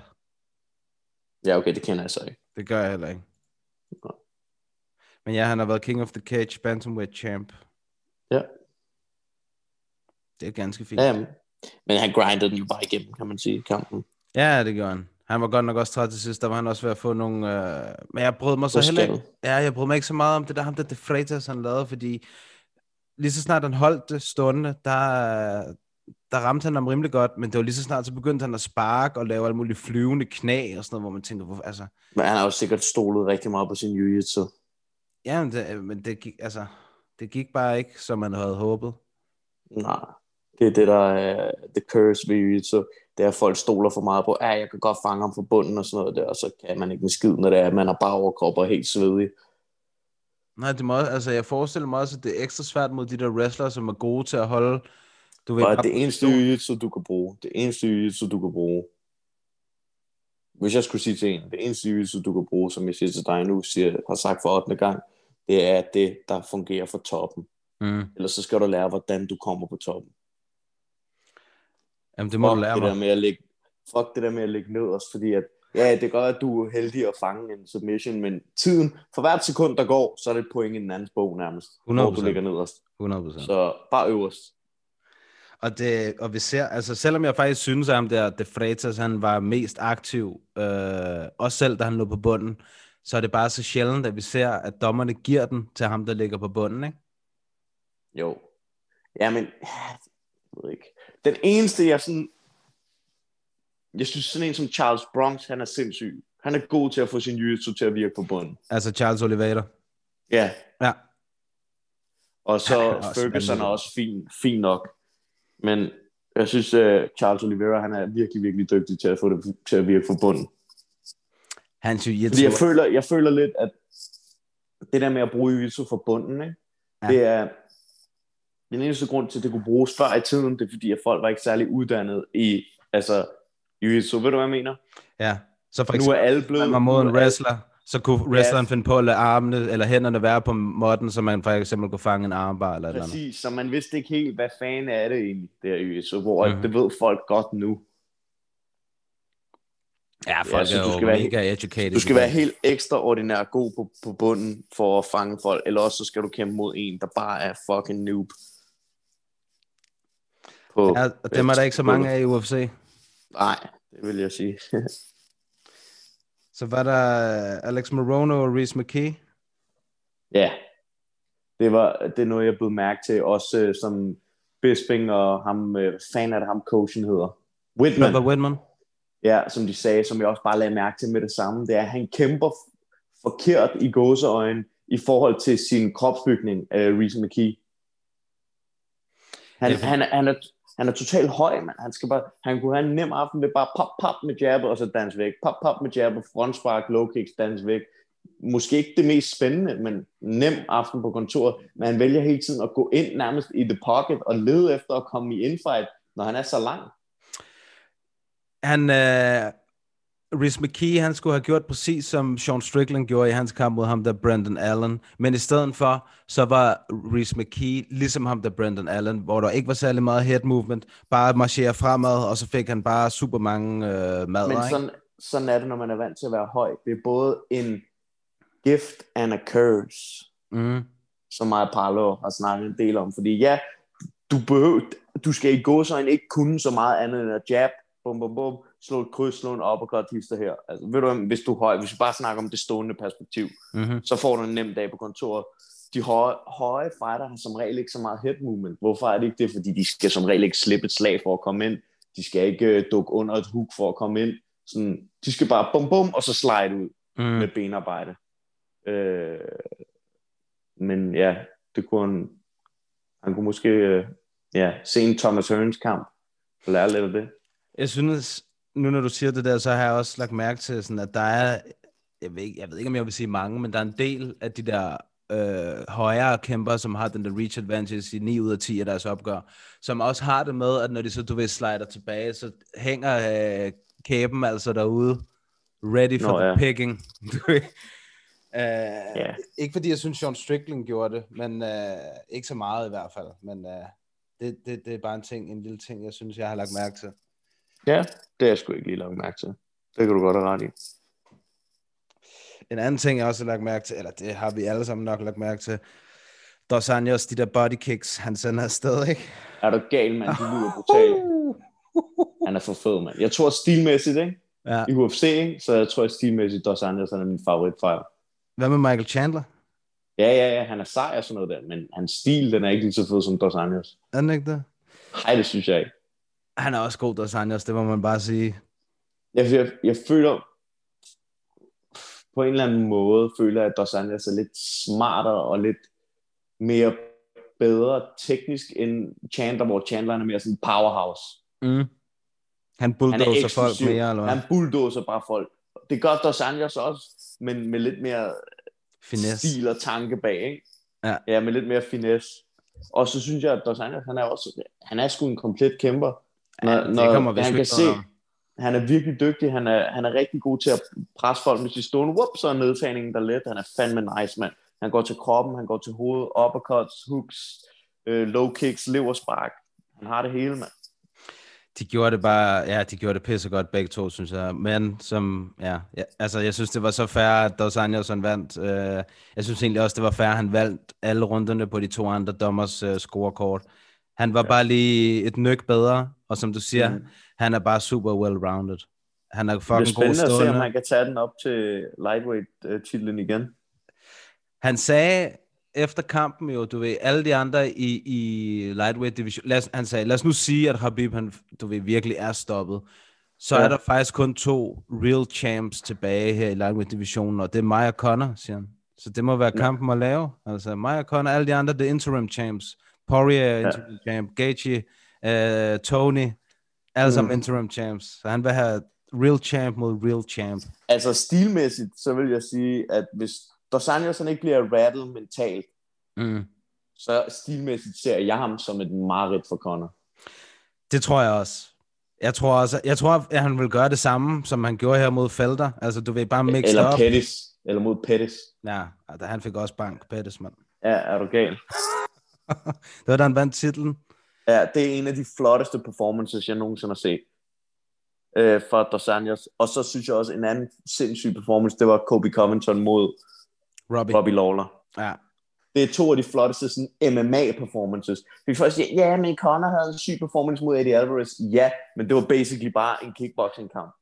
[SPEAKER 8] Ja, okay, det kender jeg så ikke.
[SPEAKER 7] Det gør jeg heller ikke. Men ja, han har været King of the Cage, Bantamweight champ.
[SPEAKER 8] Ja.
[SPEAKER 7] Det er ganske fint.
[SPEAKER 8] Ja, jamen. men han grindede den jo bare igennem, kan man sige, i kampen.
[SPEAKER 7] Ja, det gjorde han. Han var godt nok også træt til sidst, der var han også ved at få nogle... Øh... Men jeg brød mig så
[SPEAKER 8] På
[SPEAKER 7] heller ikke...
[SPEAKER 8] skallen.
[SPEAKER 7] Ja, jeg brød mig ikke så meget om det der, ham der De Freitas, han lavede, fordi lige så snart han holdt det stående, der, der ramte han ham rimelig godt, men det var lige så snart, så begyndte han at sparke og lave alle mulige flyvende knæ og sådan noget, hvor man tænker, hvor, altså,
[SPEAKER 8] Men han har jo sikkert stolet rigtig meget på sin jiu-jitsu.
[SPEAKER 7] ja, men det, men det gik, altså, det gik bare ikke, som man havde håbet.
[SPEAKER 8] Nej, det er det, der er the curse ved jiu-jitsu. Det er, at folk stoler for meget på, at jeg kan godt fange ham fra bunden og sådan noget der, og så kan man ikke en skid, når det er, at man er bare overkrop og er helt svedig.
[SPEAKER 7] Nej, det må, også- altså, jeg forestiller mig også, at det er ekstra svært mod de der wrestlere, som er gode til at holde... Du ved,
[SPEAKER 8] Bare
[SPEAKER 7] bare-
[SPEAKER 8] det eneste jiu-jitsu, du kan bruge, det eneste jiu-jitsu, du kan bruge, hvis jeg skulle sige til en, det eneste jiu-jitsu, du kan bruge, som jeg siger til dig nu, siger, har sagt for 8. gang, det er det, der fungerer for toppen.
[SPEAKER 7] Mm.
[SPEAKER 8] Ellers så skal du lære, hvordan du kommer på toppen.
[SPEAKER 7] Jamen, det må du
[SPEAKER 8] Fuck
[SPEAKER 7] lære
[SPEAKER 8] det
[SPEAKER 7] mig.
[SPEAKER 8] Der med at lægge, fuck det der med at lægge ned også, fordi at, ja, det kan godt være, at du er heldig at fange en submission, men tiden, for hvert sekund, der går, så er det et point i den andens bog nærmest, 100%. hvor du
[SPEAKER 7] 100%.
[SPEAKER 8] ligger nederst.
[SPEAKER 7] 100%.
[SPEAKER 8] Så bare øverst.
[SPEAKER 7] Og, det, og vi ser, altså selvom jeg faktisk synes, at ham der De Freitas, han var mest aktiv, øh, også selv da han lå på bunden, så er det bare så sjældent, at vi ser, at dommerne giver den til ham, der ligger på bunden, ikke?
[SPEAKER 8] Jo. Ja, men jeg ved ikke. Den eneste, jeg sådan... Jeg synes sådan en som Charles Bronx, han er sindssyg. Han er god til at få sin jiu til at virke på bunden.
[SPEAKER 7] Altså Charles Oliveira.
[SPEAKER 8] Ja.
[SPEAKER 7] Ja.
[SPEAKER 8] Og så
[SPEAKER 7] Han er også
[SPEAKER 8] Ferguson er
[SPEAKER 7] vanvittig.
[SPEAKER 8] også fin, fin nok. Men jeg synes, uh, Charles Oliveira, han er virkelig, virkelig dygtig til at få det til at virke på bunden.
[SPEAKER 7] Han synes, jeg
[SPEAKER 8] Fordi jeg
[SPEAKER 7] tror,
[SPEAKER 8] føler, jeg føler lidt, at det der med at bruge jiu for bunden, ikke?
[SPEAKER 7] Ja.
[SPEAKER 8] Ja. det er den eneste grund til, at det kunne bruges før i tiden, det er fordi, at folk var ikke særlig uddannet i altså, jiu-jitsu. Ved du, hvad jeg mener?
[SPEAKER 7] ja. Så for
[SPEAKER 8] Nu er
[SPEAKER 7] eksempel,
[SPEAKER 8] alle
[SPEAKER 7] når
[SPEAKER 8] blevet...
[SPEAKER 7] man var mod en
[SPEAKER 8] nu er-
[SPEAKER 7] wrestler, så kunne wrestleren finde på at lade armene eller hænderne være på måtten, så man for eksempel kunne fange en armbar eller et eller andet.
[SPEAKER 8] Præcis, så man vidste ikke helt, hvad fanden er det egentlig, det her jiu-jitsu, hvor
[SPEAKER 7] Mhm.
[SPEAKER 8] mm-hmm. det ved folk godt nu.
[SPEAKER 7] Ja, folk
[SPEAKER 8] så
[SPEAKER 7] ja, er
[SPEAKER 8] du
[SPEAKER 7] jo
[SPEAKER 8] skal være
[SPEAKER 7] mega educated.
[SPEAKER 8] Du skal
[SPEAKER 7] i det.
[SPEAKER 8] være helt ekstraordinær god på, på bunden for at fange folk, eller også så skal du kæmpe mod en, der bare er fucking noob. På,
[SPEAKER 7] Ja, og dem er der ikke så mange af i UFC.
[SPEAKER 8] Nej, det vil jeg sige.
[SPEAKER 7] Så var der øh, Alex Morono og Reese McKee.
[SPEAKER 8] ja, det, var, det er noget, jeg blev mærke til, også øh, som Bisping og ham, øh, hvad fanden er det ham, coachen hedder. Whitman,
[SPEAKER 7] Trevor Whitman.
[SPEAKER 8] ja, som de sagde, som jeg også bare lagde mærke til med det samme, det er, at han kæmper f- forkert i gåseøjen i forhold til sin kropsbygning, øh, Reese McKee. Han,
[SPEAKER 7] Ja, for-
[SPEAKER 8] han, er- han, er, han er totalt høj, man. Han, skal bare, han kunne have en nem aften med bare pop, pop med jab, og så dans væk. Pop, pop med jab, frontspark, low kicks, dans væk. Måske ikke det mest spændende, men nem aften på kontoret. Men han vælger hele tiden at gå ind nærmest i the pocket og lede efter at komme i infight, når han er så lang.
[SPEAKER 7] Han, øh, Reese McKee, han skulle have gjort præcis som Sean Strickland gjorde i hans kamp mod ham der Brandon Allen. Men i stedet for, så var Reese McKee ligesom ham der Brandon Allen, hvor der ikke var særlig meget head movement. Bare marchere fremad, og så fik han bare super mange øh,
[SPEAKER 8] Men
[SPEAKER 7] mader. Sådan...
[SPEAKER 8] sådan, sådan er det, når man er vant til at være høj. Det er både en gift and a curse,
[SPEAKER 7] Mm.
[SPEAKER 8] som Maja Parlo har snakket en del om. Fordi ja, du, behøver, du skal i gåsøjne ikke kunne så meget andet end at jab, bum, bum, bum, slå et kryds, slå en uppercut, hister her. Altså, ved du, hvad, hvis du er høj, hvis vi bare snakker om det stående perspektiv,
[SPEAKER 7] Mm-hmm.
[SPEAKER 8] så får du en nem dag på kontoret. De høje, høje fighter har som regel ikke så meget head movement. Hvorfor er det ikke det? Fordi de skal som regel ikke slippe et slag for at komme ind. De skal ikke øh, dukke under et hook for at komme ind. Sådan, de skal bare bum bum, og så slide ud mm. med
[SPEAKER 7] Mm.
[SPEAKER 8] benarbejde. Øh, men ja, det kunne han, han kunne måske øh, ja, se en Thomas Hearns kamp og lære lidt af det.
[SPEAKER 7] Jeg synes, nu når du siger det der, så har jeg også lagt mærke til, sådan, at der er, jeg ved, ikke, jeg ved ikke, om jeg vil sige mange, men der er en del af de der øh, højere kæmper, som har den der reach advantage i 9 ud af 10 af deres opgør, som også har det med, at når de så, du ved, slider tilbage, så hænger øh, kæben altså derude, ready for
[SPEAKER 8] Nå,
[SPEAKER 7] Nå, the
[SPEAKER 8] ja.
[SPEAKER 7] picking. Du ved. Øh,
[SPEAKER 8] Ja.
[SPEAKER 7] Ikke fordi jeg synes, Sean Strickland gjorde det, men øh, ikke så meget i hvert fald, men øh, det, det, det er bare en ting, en lille ting, jeg synes, jeg har lagt mærke til.
[SPEAKER 8] ja, det har jeg sgu ikke lige lagt mærke til. Det kan du godt have ret i.
[SPEAKER 7] En anden ting, jeg også har lagt mærke til, eller det har vi alle sammen nok lagt mærke til, Dos Anjos, de der body kicks, han sender afsted, ikke?
[SPEAKER 8] Er du gal, mand? Du lyder brutalt. Han er for fed, mand. Jeg tror stilmæssigt, ikke?
[SPEAKER 7] Ja.
[SPEAKER 8] I UFC, ikke? Så jeg tror stilmæssigt, Dos Anjos han er min favoritfighter.
[SPEAKER 7] Hvad med Michael Chandler?
[SPEAKER 8] Ja, ja, ja, han er sej og sådan noget der, men hans stil, den er ikke lige så fed som Dos Anjos.
[SPEAKER 7] Er han ikke det?
[SPEAKER 8] Nej, det synes jeg ikke.
[SPEAKER 7] Han er også god, Dos Anjos, det må man bare sige.
[SPEAKER 8] Jeg, jeg, jeg føler, på en eller anden måde, føler jeg, at Dos Anjos er lidt smartere og lidt mere bedre teknisk end Chandler, hvor Chandler han er mere sådan en powerhouse.
[SPEAKER 7] Mm. Han
[SPEAKER 8] Han er
[SPEAKER 7] bulldozer folk
[SPEAKER 8] eksklusiv.
[SPEAKER 7] mere, eller hvad?
[SPEAKER 8] Han bulldozer bare folk. Det gør Dos Anjos også, men med lidt mere
[SPEAKER 7] Finesse.
[SPEAKER 8] stil og tanke bag, ikke?
[SPEAKER 7] Ja.
[SPEAKER 8] ja med lidt mere finesse. Og så synes jeg, at Dos Anjos, han er også, han er sgu en komplet kæmper. Når,
[SPEAKER 7] Ja, det
[SPEAKER 8] når
[SPEAKER 7] kommer vi
[SPEAKER 8] han
[SPEAKER 7] sgu
[SPEAKER 8] kan
[SPEAKER 7] ikke
[SPEAKER 8] se,
[SPEAKER 7] udenom.
[SPEAKER 8] han er virkelig dygtig, han er, han er rigtig god til at presse folk med sit stående, whoop, så er nedtagningen der let, han er fandme nice, mand. Han går til kroppen, han går til hovedet, uppercuts, hooks, øh, low kicks, leverspark. Han har det hele, mand.
[SPEAKER 7] De gjorde det bare, ja, de gjorde det pissegodt begge to, synes jeg. Men som, ja, ja altså jeg synes, det var så fair, at Dos Anjosson vandt. Øh, jeg synes egentlig også, det var fair, at han vandt alle runderne på de to andre dommers øh, scorekort. Han var ja. bare lige et nyk bedre, og som du siger, mm. han er bare super well-rounded. Han er
[SPEAKER 8] Det er
[SPEAKER 7] fucking god
[SPEAKER 8] spændende at se, om
[SPEAKER 7] stående.
[SPEAKER 8] han kan tage den op til lightweight-titlen igen.
[SPEAKER 7] Han sagde efter kampen jo, du ved, alle de andre i, i lightweight division, lad os, han sagde, lad os nu sige, at Habib, han, du ved, virkelig er stoppet. Så ja.
[SPEAKER 8] Ja.
[SPEAKER 7] er der faktisk kun to real champs tilbage her i lightweight divisionen, og det er mig og Connor, siger han. Så det må være kampen at lave. Altså mig og Connor, alle de andre, det er interim champs. Poirier er interim ja. champ, Gaethje, øh, Tony, alle mm. sammen interim champs. Så han vil have real champ mod real champ.
[SPEAKER 8] Altså stilmæssigt, så vil jeg sige, at hvis Dos Anjos han ikke bliver rattled mentalt,
[SPEAKER 7] Mm.
[SPEAKER 8] så stilmæssigt ser jeg ham som et mareridt for Connor.
[SPEAKER 7] Det tror jeg også. Jeg tror også, jeg tror, at han vil gøre det samme, som han gjorde her mod Felder. Altså, du vil bare mix
[SPEAKER 8] eller
[SPEAKER 7] det op.
[SPEAKER 8] Pettis. Eller mod Pettis.
[SPEAKER 7] Ja, altså, han fik også bank, Pettis, mand.
[SPEAKER 8] Ja, er du gal?
[SPEAKER 7] Det var da han vandt titlen.
[SPEAKER 8] Ja, det er en af de flotteste performances, jeg nogensinde har set. Øh, fra Dos Anjos. Og så synes jeg også, en anden sindssyg performance, det var Kobe Covington mod
[SPEAKER 7] Robbie.
[SPEAKER 8] Robbie Lawler.
[SPEAKER 7] Ja.
[SPEAKER 8] Det er to af de flotteste sådan, MMA-performances. Vi først sige, ja, men Conor havde en syg performance mod Eddie Alvarez. Ja, men det var basically bare en kickboxing-kamp.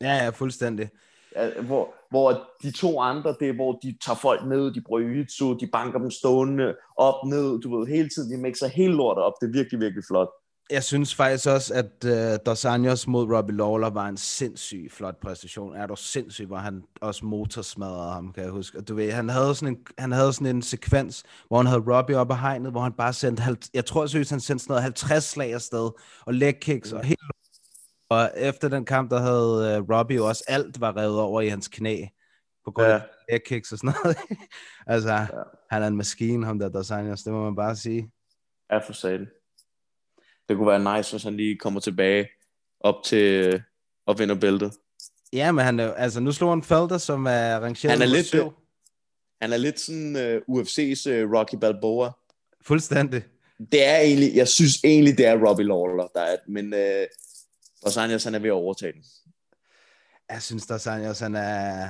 [SPEAKER 7] ja, ja, fuldstændig.
[SPEAKER 8] Ja, Hvor, hvor de to andre, det er, hvor de tager folk ned, de bruger jiu de banker dem stående op, ned, du ved, hele tiden, de mixer hele lortet op. Det er virkelig, virkelig flot.
[SPEAKER 7] Jeg synes faktisk også, at uh, Dos Anjos mod Robbie Lawler var en sindssyg flot præstation. Er du sindssyg, hvor han også motorsmadrede ham, kan jeg huske. Og du ved, han havde sådan en, han havde sådan en sekvens, hvor han havde Robbie op ad hegnet, hvor han bare sendte, halv- jeg tror seriøst, han sendte sådan noget 50 slag afsted, og leg kicks, og helt Og efter den kamp, der havde uh, Robbie jo også alt var revet over i hans knæ. På grund af leg kicks og sådan noget. altså, ja. han er en maskine, ham der Dos Anjos, det må man bare sige.
[SPEAKER 8] Ja, for satan. Det kunne være nice, hvis han lige kommer tilbage op til øh, og vinder bæltet.
[SPEAKER 7] Ja, men han er, jo- altså, nu slog han Felder, som er rangeret
[SPEAKER 8] Han er
[SPEAKER 7] nummer
[SPEAKER 8] lidt
[SPEAKER 7] syv.
[SPEAKER 8] det. Han er lidt sådan uh, UFC's uh, Rocky Balboa.
[SPEAKER 7] Fuldstændig.
[SPEAKER 8] Det er egentlig, jeg synes egentlig, det er Robbie Lawler, der er, men uh, Dos Anjos, han er ved at overtage den.
[SPEAKER 7] Jeg synes, der er også, han er...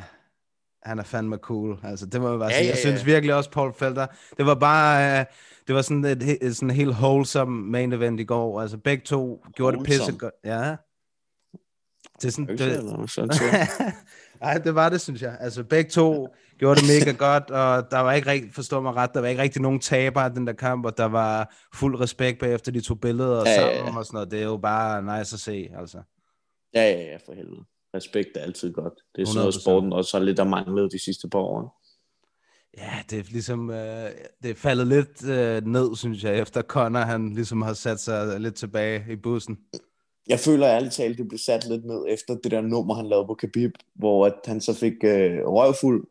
[SPEAKER 7] Han er fandme cool. Altså, det må jeg bare
[SPEAKER 8] Ja,
[SPEAKER 7] sige.
[SPEAKER 8] ja,
[SPEAKER 7] Jeg
[SPEAKER 8] ja.
[SPEAKER 7] synes virkelig også, Paul Felder. Det var bare... Øh, det var sådan et, he- et sådan helt wholesome main event i går. Altså, begge to gjorde det
[SPEAKER 8] Wholesome?
[SPEAKER 7] pisse godt. Ja. Det er sådan... Det,
[SPEAKER 8] Det...
[SPEAKER 7] Nej, det var det, synes jeg. Altså, begge to gjorde det mega godt, og der var ikke rigtig, forstå mig ret, der var ikke rigtig nogen taber af den der kamp, og der var fuld respekt bagefter de to billeder og
[SPEAKER 8] Ja, ja,
[SPEAKER 7] sammen
[SPEAKER 8] ja.
[SPEAKER 7] og sådan noget. Det er jo bare nice at se, altså.
[SPEAKER 8] Ja, ja, ja, for helvede. Respekt er altid godt. Det er sådan
[SPEAKER 7] 100%.
[SPEAKER 8] noget, sporten også har lidt af manglet de sidste par år.
[SPEAKER 7] Ja, det er ligesom, øh, det er faldet lidt øh, ned, synes jeg, efter Connor, han ligesom har sat sig lidt tilbage i bussen.
[SPEAKER 8] Jeg føler ærligt talt, det blev sat lidt ned efter det der nummer, han lavede på Khabib, hvor at han så fik øh, røvfuld,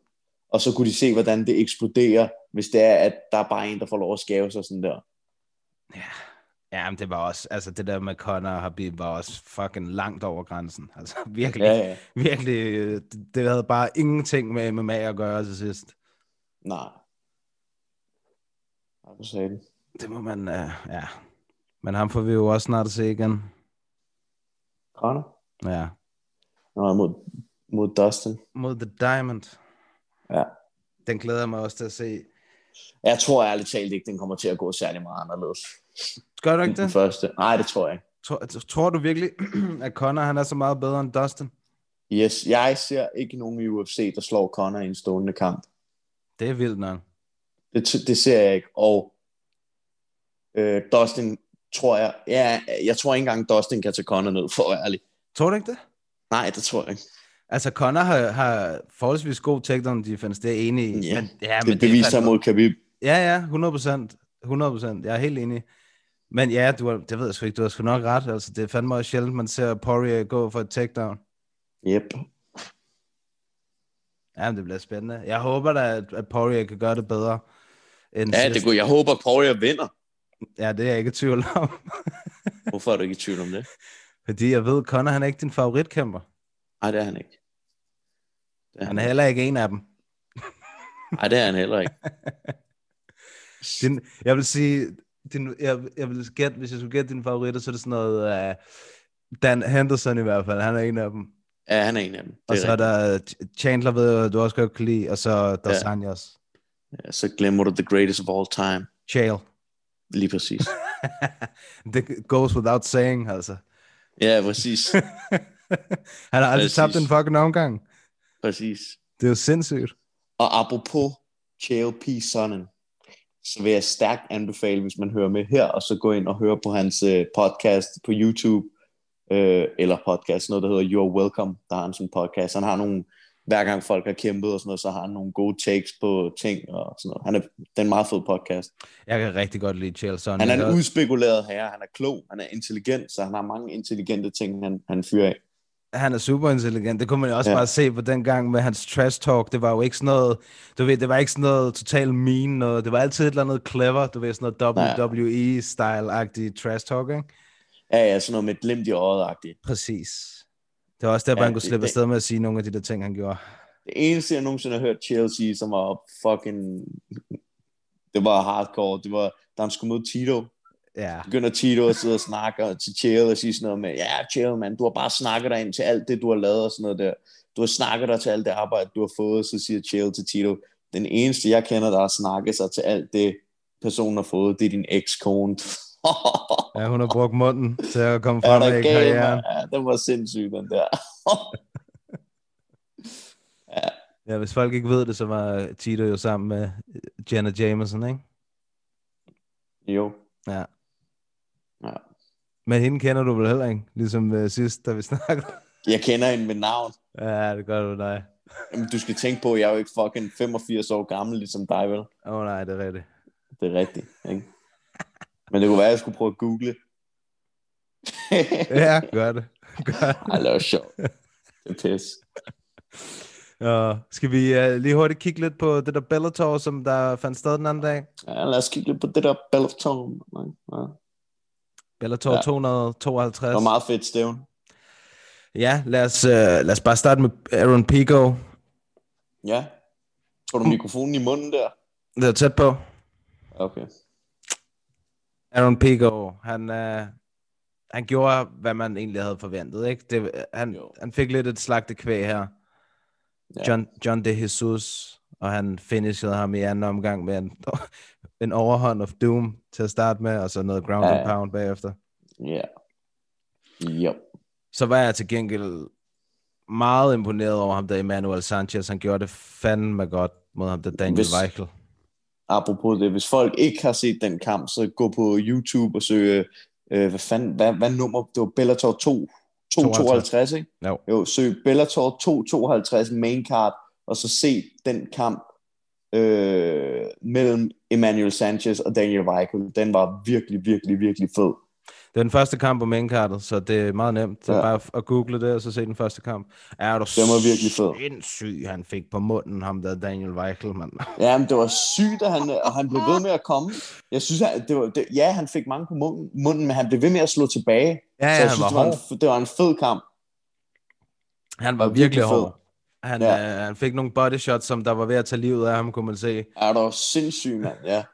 [SPEAKER 8] og så kunne de se, hvordan det eksploderer, hvis det er, at der er bare en, der får lov at skæve sig sådan der.
[SPEAKER 7] Ja, men det var også, altså det der med Connor og Habib var også fucking langt over grænsen. Altså virkelig,
[SPEAKER 8] Ja, ja.
[SPEAKER 7] virkelig, øh, det, det havde bare ingenting med MMA at gøre til sidst.
[SPEAKER 8] Nej. Nej, for satan.
[SPEAKER 7] Det må man, øh, ja. Men ham får vi jo også snart at se igen.
[SPEAKER 8] Connor?
[SPEAKER 7] Ja.
[SPEAKER 8] Nej, mod, mod Dustin.
[SPEAKER 7] Mod The Diamond.
[SPEAKER 8] Ja.
[SPEAKER 7] Den glæder jeg mig også til at se.
[SPEAKER 8] Jeg tror ærligt talt ikke, den kommer til at gå særlig meget anderledes.
[SPEAKER 7] Gør du
[SPEAKER 8] end
[SPEAKER 7] ikke
[SPEAKER 8] Den
[SPEAKER 7] det?
[SPEAKER 8] første. Nej, det tror jeg ikke.
[SPEAKER 7] Tror, tror du virkelig, at Connor han er så meget bedre end Dustin?
[SPEAKER 8] Yes, jeg ser ikke nogen i UFC, der slår Conor i en stående kamp.
[SPEAKER 7] Det er vildt nok.
[SPEAKER 8] Det, t- det ser jeg ikke. Og øh, Dustin, tror jeg... Ja, jeg tror ikke engang, Dustin kan tage Conor ned, for at være ærlig.
[SPEAKER 7] Tror du ikke det?
[SPEAKER 8] Nej, det tror jeg ikke.
[SPEAKER 7] Altså, Connor har, har forholdsvis god takedown defense, det er jeg enig i.
[SPEAKER 8] Ja,
[SPEAKER 7] men, ja,
[SPEAKER 8] det beviser
[SPEAKER 7] fandme-
[SPEAKER 8] han mod Khabib.
[SPEAKER 7] Ja, ja, 100 procent. 100 procent, jeg er helt enig. Men ja, du har, det ved jeg sgu ikke, du har sgu nok ret. Altså, det er fandme også sjældent, man ser Poirier gå for et takedown.
[SPEAKER 8] Yep.
[SPEAKER 7] Ja, men det bliver spændende. Jeg håber da, at, at Poirier kan gøre det bedre. End
[SPEAKER 9] Ja,
[SPEAKER 7] sidst.
[SPEAKER 9] det kunne, jeg håber, Poirier vinder.
[SPEAKER 7] ja, det er jeg ikke i tvivl om.
[SPEAKER 9] Hvorfor er du ikke i tvivl om det?
[SPEAKER 7] Fordi jeg ved, Conor han er ikke din favoritkæmper.
[SPEAKER 9] Nej, det er han ikke. Det er
[SPEAKER 7] Han
[SPEAKER 9] han,
[SPEAKER 7] er heller ikke en af dem.
[SPEAKER 9] nej, det er han heller ikke.
[SPEAKER 7] Din, jeg vil sige, din, jeg, jeg vil gætte, hvis jeg skulle gætte dine favoritter, så er det sådan noget uh, Dan Henderson i hvert fald, han er en af dem.
[SPEAKER 9] Ja, han er en af dem.
[SPEAKER 7] Og
[SPEAKER 9] Det
[SPEAKER 7] så
[SPEAKER 9] er
[SPEAKER 7] er der øh, Ch- Chandler, ved jeg, du også godt kan lide, og så der
[SPEAKER 9] Ja.
[SPEAKER 7] ja. også.
[SPEAKER 9] rigtigt. ja, så glemmer du The Greatest of All Time.
[SPEAKER 7] Chael.
[SPEAKER 9] Lige præcis.
[SPEAKER 7] Det goes without saying, altså.
[SPEAKER 9] ja, præcis.
[SPEAKER 7] han har aldrig
[SPEAKER 9] Præcis.
[SPEAKER 7] tabt en fucking omgang.
[SPEAKER 9] præcis.
[SPEAKER 7] Det er jo sindssygt.
[SPEAKER 8] Og apropos Chael P. Sonnen, så vil jeg stærkt anbefale, hvis man hører med her, og så gå ind og høre på hans øh, podcast på YouTube, øh, eller podcast, noget der hedder You're Welcome, der har han sådan en podcast. Han har nogle, hver gang folk har kæmpet og sådan noget, så har han nogle gode takes på ting og sådan noget. Han er, det er en meget fed podcast.
[SPEAKER 7] Jeg kan rigtig godt lide Chael Sonnen.
[SPEAKER 8] Han
[SPEAKER 7] Jeg
[SPEAKER 8] er
[SPEAKER 7] kan
[SPEAKER 8] en
[SPEAKER 7] også-
[SPEAKER 8] udspekuleret herre, han er klog, han er intelligent, så han har mange intelligente ting, han, han fyrer af.
[SPEAKER 7] han er super intelligent. Det kunne man jo også ja.
[SPEAKER 8] Ja.
[SPEAKER 7] bare se på den gang med hans trash talk. Det var jo ikke sådan noget, du ved, det var ikke sådan noget total mean noget. Det var altid et eller andet clever, du ved, sådan noget
[SPEAKER 8] Nej.
[SPEAKER 7] WWE-style-agtig trash talk, ikke?
[SPEAKER 8] Ja, ja, sådan noget med et glimt i øjet-agtigt.
[SPEAKER 7] Præcis. Det var også der, ja,
[SPEAKER 8] Ja,
[SPEAKER 7] han kunne
[SPEAKER 8] det-
[SPEAKER 7] slippe
[SPEAKER 8] det-
[SPEAKER 7] afsted med at sige nogle af de der ting, han gjorde.
[SPEAKER 8] Det eneste, jeg nogensinde har hørt Chelsea, som var fucking... Det var hardcore. Det var, da han skulle møde Tito.
[SPEAKER 7] Ja,
[SPEAKER 8] Begynder Tito at sidde og snakke og til Chelsea og sige sådan noget med, ja, Chelsea, mand, du har bare snakket dig ind til alt det, du har lavet og sådan noget der. Du har snakket dig til alt det arbejde, du har fået, så siger Chelsea til Tito, den eneste, jeg kender, der har snakket sig til alt det, personen har fået, det er din ekskone.
[SPEAKER 7] ja hun har brugt munden til at komme
[SPEAKER 8] er
[SPEAKER 7] frem
[SPEAKER 8] der
[SPEAKER 7] i
[SPEAKER 8] galt,
[SPEAKER 7] karrieren.
[SPEAKER 8] mand? Ja, den var sindssyg, den der.
[SPEAKER 7] Ja, hvis folk ikke ved det, så var Tito jo sammen med øh, Jenna Jameson, ikke?
[SPEAKER 8] jo.
[SPEAKER 7] Ja.
[SPEAKER 8] Ja.
[SPEAKER 7] Men hende kender du vel heller ikke, ligesom øh, sidst, da vi snakkede.
[SPEAKER 8] Jeg kender hende med navn.
[SPEAKER 7] ja, det gør du dig.
[SPEAKER 8] Jamen, du skal tænke på, at jeg er jo ikke fucking 85 år gammel, ligesom dig, vel?
[SPEAKER 7] Åh oh, nej, det er rigtigt.
[SPEAKER 8] Det er rigtigt, ikke? Men det kunne være, at jeg skulle prøve at google.
[SPEAKER 7] Ja, gør det. Gør det.
[SPEAKER 8] Ej, det var sjovt. Det er pis.
[SPEAKER 7] Og skal vi uh, lige hurtigt kigge lidt på det der Bellator, som der fandt sted den anden dag?
[SPEAKER 8] Ja, lad os kigge lidt på det der Bellator. mand. Ja.
[SPEAKER 7] Bellator ja.
[SPEAKER 8] Ja.
[SPEAKER 7] 252.
[SPEAKER 8] Det var meget fedt stævn.
[SPEAKER 7] Ja, lad os, uh, lad os bare starte med Aaron Pico.
[SPEAKER 8] Ja. Tog du mikrofonen i munden der?
[SPEAKER 7] Det er tæt på.
[SPEAKER 8] Okay.
[SPEAKER 7] Aaron Pico, han, øh, han gjorde, hvad man egentlig havde forventet. Ikke? Det, han,
[SPEAKER 8] Jo.
[SPEAKER 7] han fik lidt et slagtekvæg her.
[SPEAKER 8] Ja.
[SPEAKER 7] John, John de Jesus, og han finishede ham i anden omgang med en, en overhånd of doom til at starte med, og så noget ground
[SPEAKER 8] Ja,
[SPEAKER 7] ja. and
[SPEAKER 8] ja.
[SPEAKER 7] pound bagefter.
[SPEAKER 8] Ja. Jo.
[SPEAKER 7] Så var jeg til gengæld meget imponeret over ham der Emmanuel Sanchez. Han gjorde det fandme godt mod ham der Daniel Hvis...
[SPEAKER 8] Hvis-
[SPEAKER 7] Weichel.
[SPEAKER 8] Apropos det, hvis folk ikke har set den kamp, så gå på YouTube og søge, øh, hvad, fanden, hvad, hvad nummer, det var Bellator 2, 252, ikke?
[SPEAKER 7] Jo.
[SPEAKER 8] Jo, søg Bellator 252 main card, og så se den kamp øh, mellem Emmanuel Sanchez og Daniel Weichel. Den var virkelig, virkelig, virkelig fed.
[SPEAKER 7] Det er den første kamp på mainkartet, så det er meget nemt. Det er
[SPEAKER 8] Ja.
[SPEAKER 7] bare f- at google det, og så se den første kamp. Er du
[SPEAKER 8] Den var virkelig fed.
[SPEAKER 7] sindssyg, han fik på munden, ham der Daniel Weichel, mand.
[SPEAKER 8] Ja, men det var sygt, at han, og han blev ved med at komme. Jeg synes, at det var, det, ja, han fik mange på munden, munden, men han blev ved med at slå tilbage.
[SPEAKER 7] Ja,
[SPEAKER 8] så
[SPEAKER 7] ja,
[SPEAKER 8] jeg
[SPEAKER 7] han
[SPEAKER 8] synes,
[SPEAKER 7] var
[SPEAKER 8] det, var en,
[SPEAKER 7] hård.
[SPEAKER 8] f- det var en fed kamp.
[SPEAKER 7] Han
[SPEAKER 8] var
[SPEAKER 7] var
[SPEAKER 8] virkelig
[SPEAKER 7] virkelig hård.
[SPEAKER 8] fed.
[SPEAKER 7] Han,
[SPEAKER 8] Ja.
[SPEAKER 7] ja. øh, han fik nogle body shots, som der var ved at tage livet af ham, kunne man se.
[SPEAKER 8] Er du sindssyg, mand? Ja.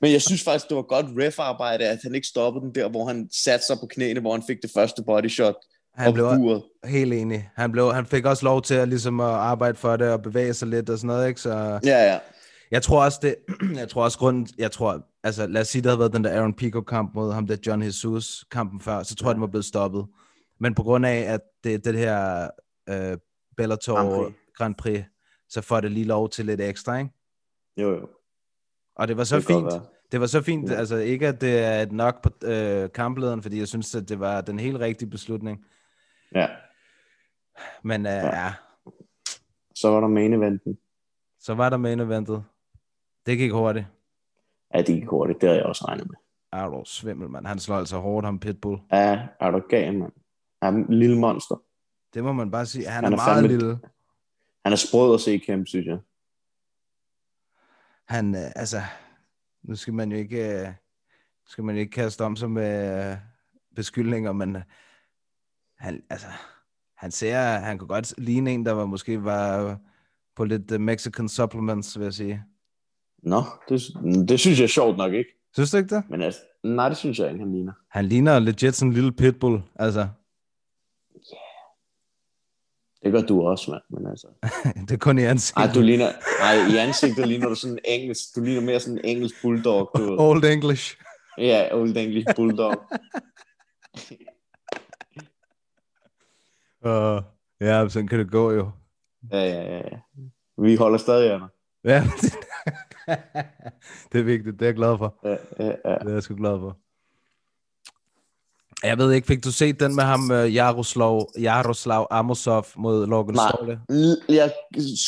[SPEAKER 8] Men jeg synes faktisk, det var godt ref-arbejde, at han ikke stoppede den der, hvor han satte sig på knæene, hvor han fik det første body shot
[SPEAKER 7] Han
[SPEAKER 8] op
[SPEAKER 7] blev
[SPEAKER 8] buret.
[SPEAKER 7] helt enig. Han, blev, han fik også lov til at, ligesom, at arbejde for det og bevæge sig lidt og sådan noget. Ikke? Så
[SPEAKER 8] Ja, ja.
[SPEAKER 7] jeg tror også, det, jeg tror også grunden, jeg tror, altså lad os sige, det havde været den der Aaron Pico-kamp mod ham der John Jesus kampen før, så tror jeg, den var blevet stoppet. Men på grund af, at det, det her øh, Bellator
[SPEAKER 8] Grand Prix.
[SPEAKER 7] Grand Prix, så får det lige lov til lidt ekstra, ikke?
[SPEAKER 8] Jo, jo.
[SPEAKER 7] Og det var så
[SPEAKER 8] Det
[SPEAKER 7] det
[SPEAKER 8] kan
[SPEAKER 7] fint.
[SPEAKER 8] godt være.
[SPEAKER 7] Det var så fint, ja.
[SPEAKER 8] Ja.
[SPEAKER 7] altså ikke at det er et nok på øh, kamplederen, fordi jeg synes, at det var den helt rigtige beslutning.
[SPEAKER 8] Ja.
[SPEAKER 7] Men øh, ja.
[SPEAKER 8] Ja.
[SPEAKER 7] ja,
[SPEAKER 8] Så var der main eventen.
[SPEAKER 7] så var der main eventet. Det gik hurtigt.
[SPEAKER 8] Ja, det gik hurtigt. Det havde jeg også regnet med.
[SPEAKER 7] Er du svimmel, mand. Han slår altså hårdt, ham Pitbull.
[SPEAKER 8] Ja, er du gal, mand? Han er en lille monster.
[SPEAKER 7] Det må man bare sige. Han,
[SPEAKER 8] Han
[SPEAKER 7] er,
[SPEAKER 8] er
[SPEAKER 7] meget
[SPEAKER 8] fandme-
[SPEAKER 7] lille.
[SPEAKER 8] Han er sprød at se kæmpe, synes jeg.
[SPEAKER 7] Han, øh, altså, nu skal man jo ikke, øh, skal man jo ikke kaste om sig med øh, beskyldninger, men øh, han, altså, han ser, han kunne godt ligne en, der var, måske var på lidt øh, Mexican supplements, vil jeg sige.
[SPEAKER 8] Nå, det, det synes jeg er sjovt nok ikke.
[SPEAKER 7] Synes du ikke det?
[SPEAKER 8] Men altså, nej, det synes jeg ikke, han ligner.
[SPEAKER 7] Han ligner legit sådan en lille pitbull, altså.
[SPEAKER 8] Det gør du også, mand. Men altså...
[SPEAKER 7] Det er kun i ansigtet.
[SPEAKER 8] Ej, du ligner... Ej, i ansigtet ligner du sådan en engelsk... Du ligner mere sådan en engelsk bulldog. Du... ved.
[SPEAKER 7] Old English.
[SPEAKER 8] Ja, old engelsk bulldog.
[SPEAKER 7] Uh, ja, sådan kan det gå jo.
[SPEAKER 8] Ja, ja, ja. ja. Vi holder stadig, Anna.
[SPEAKER 7] Ja, det, det er vigtigt. Det er jeg glad for.
[SPEAKER 8] Ja, ja, ja.
[SPEAKER 7] Det er jeg sgu glad for. Jeg ved ikke, fik du set den med ham, øh, Jaroslav, Jaroslav Amosov mod Logan
[SPEAKER 8] Nej.
[SPEAKER 7] Storle?
[SPEAKER 8] Jeg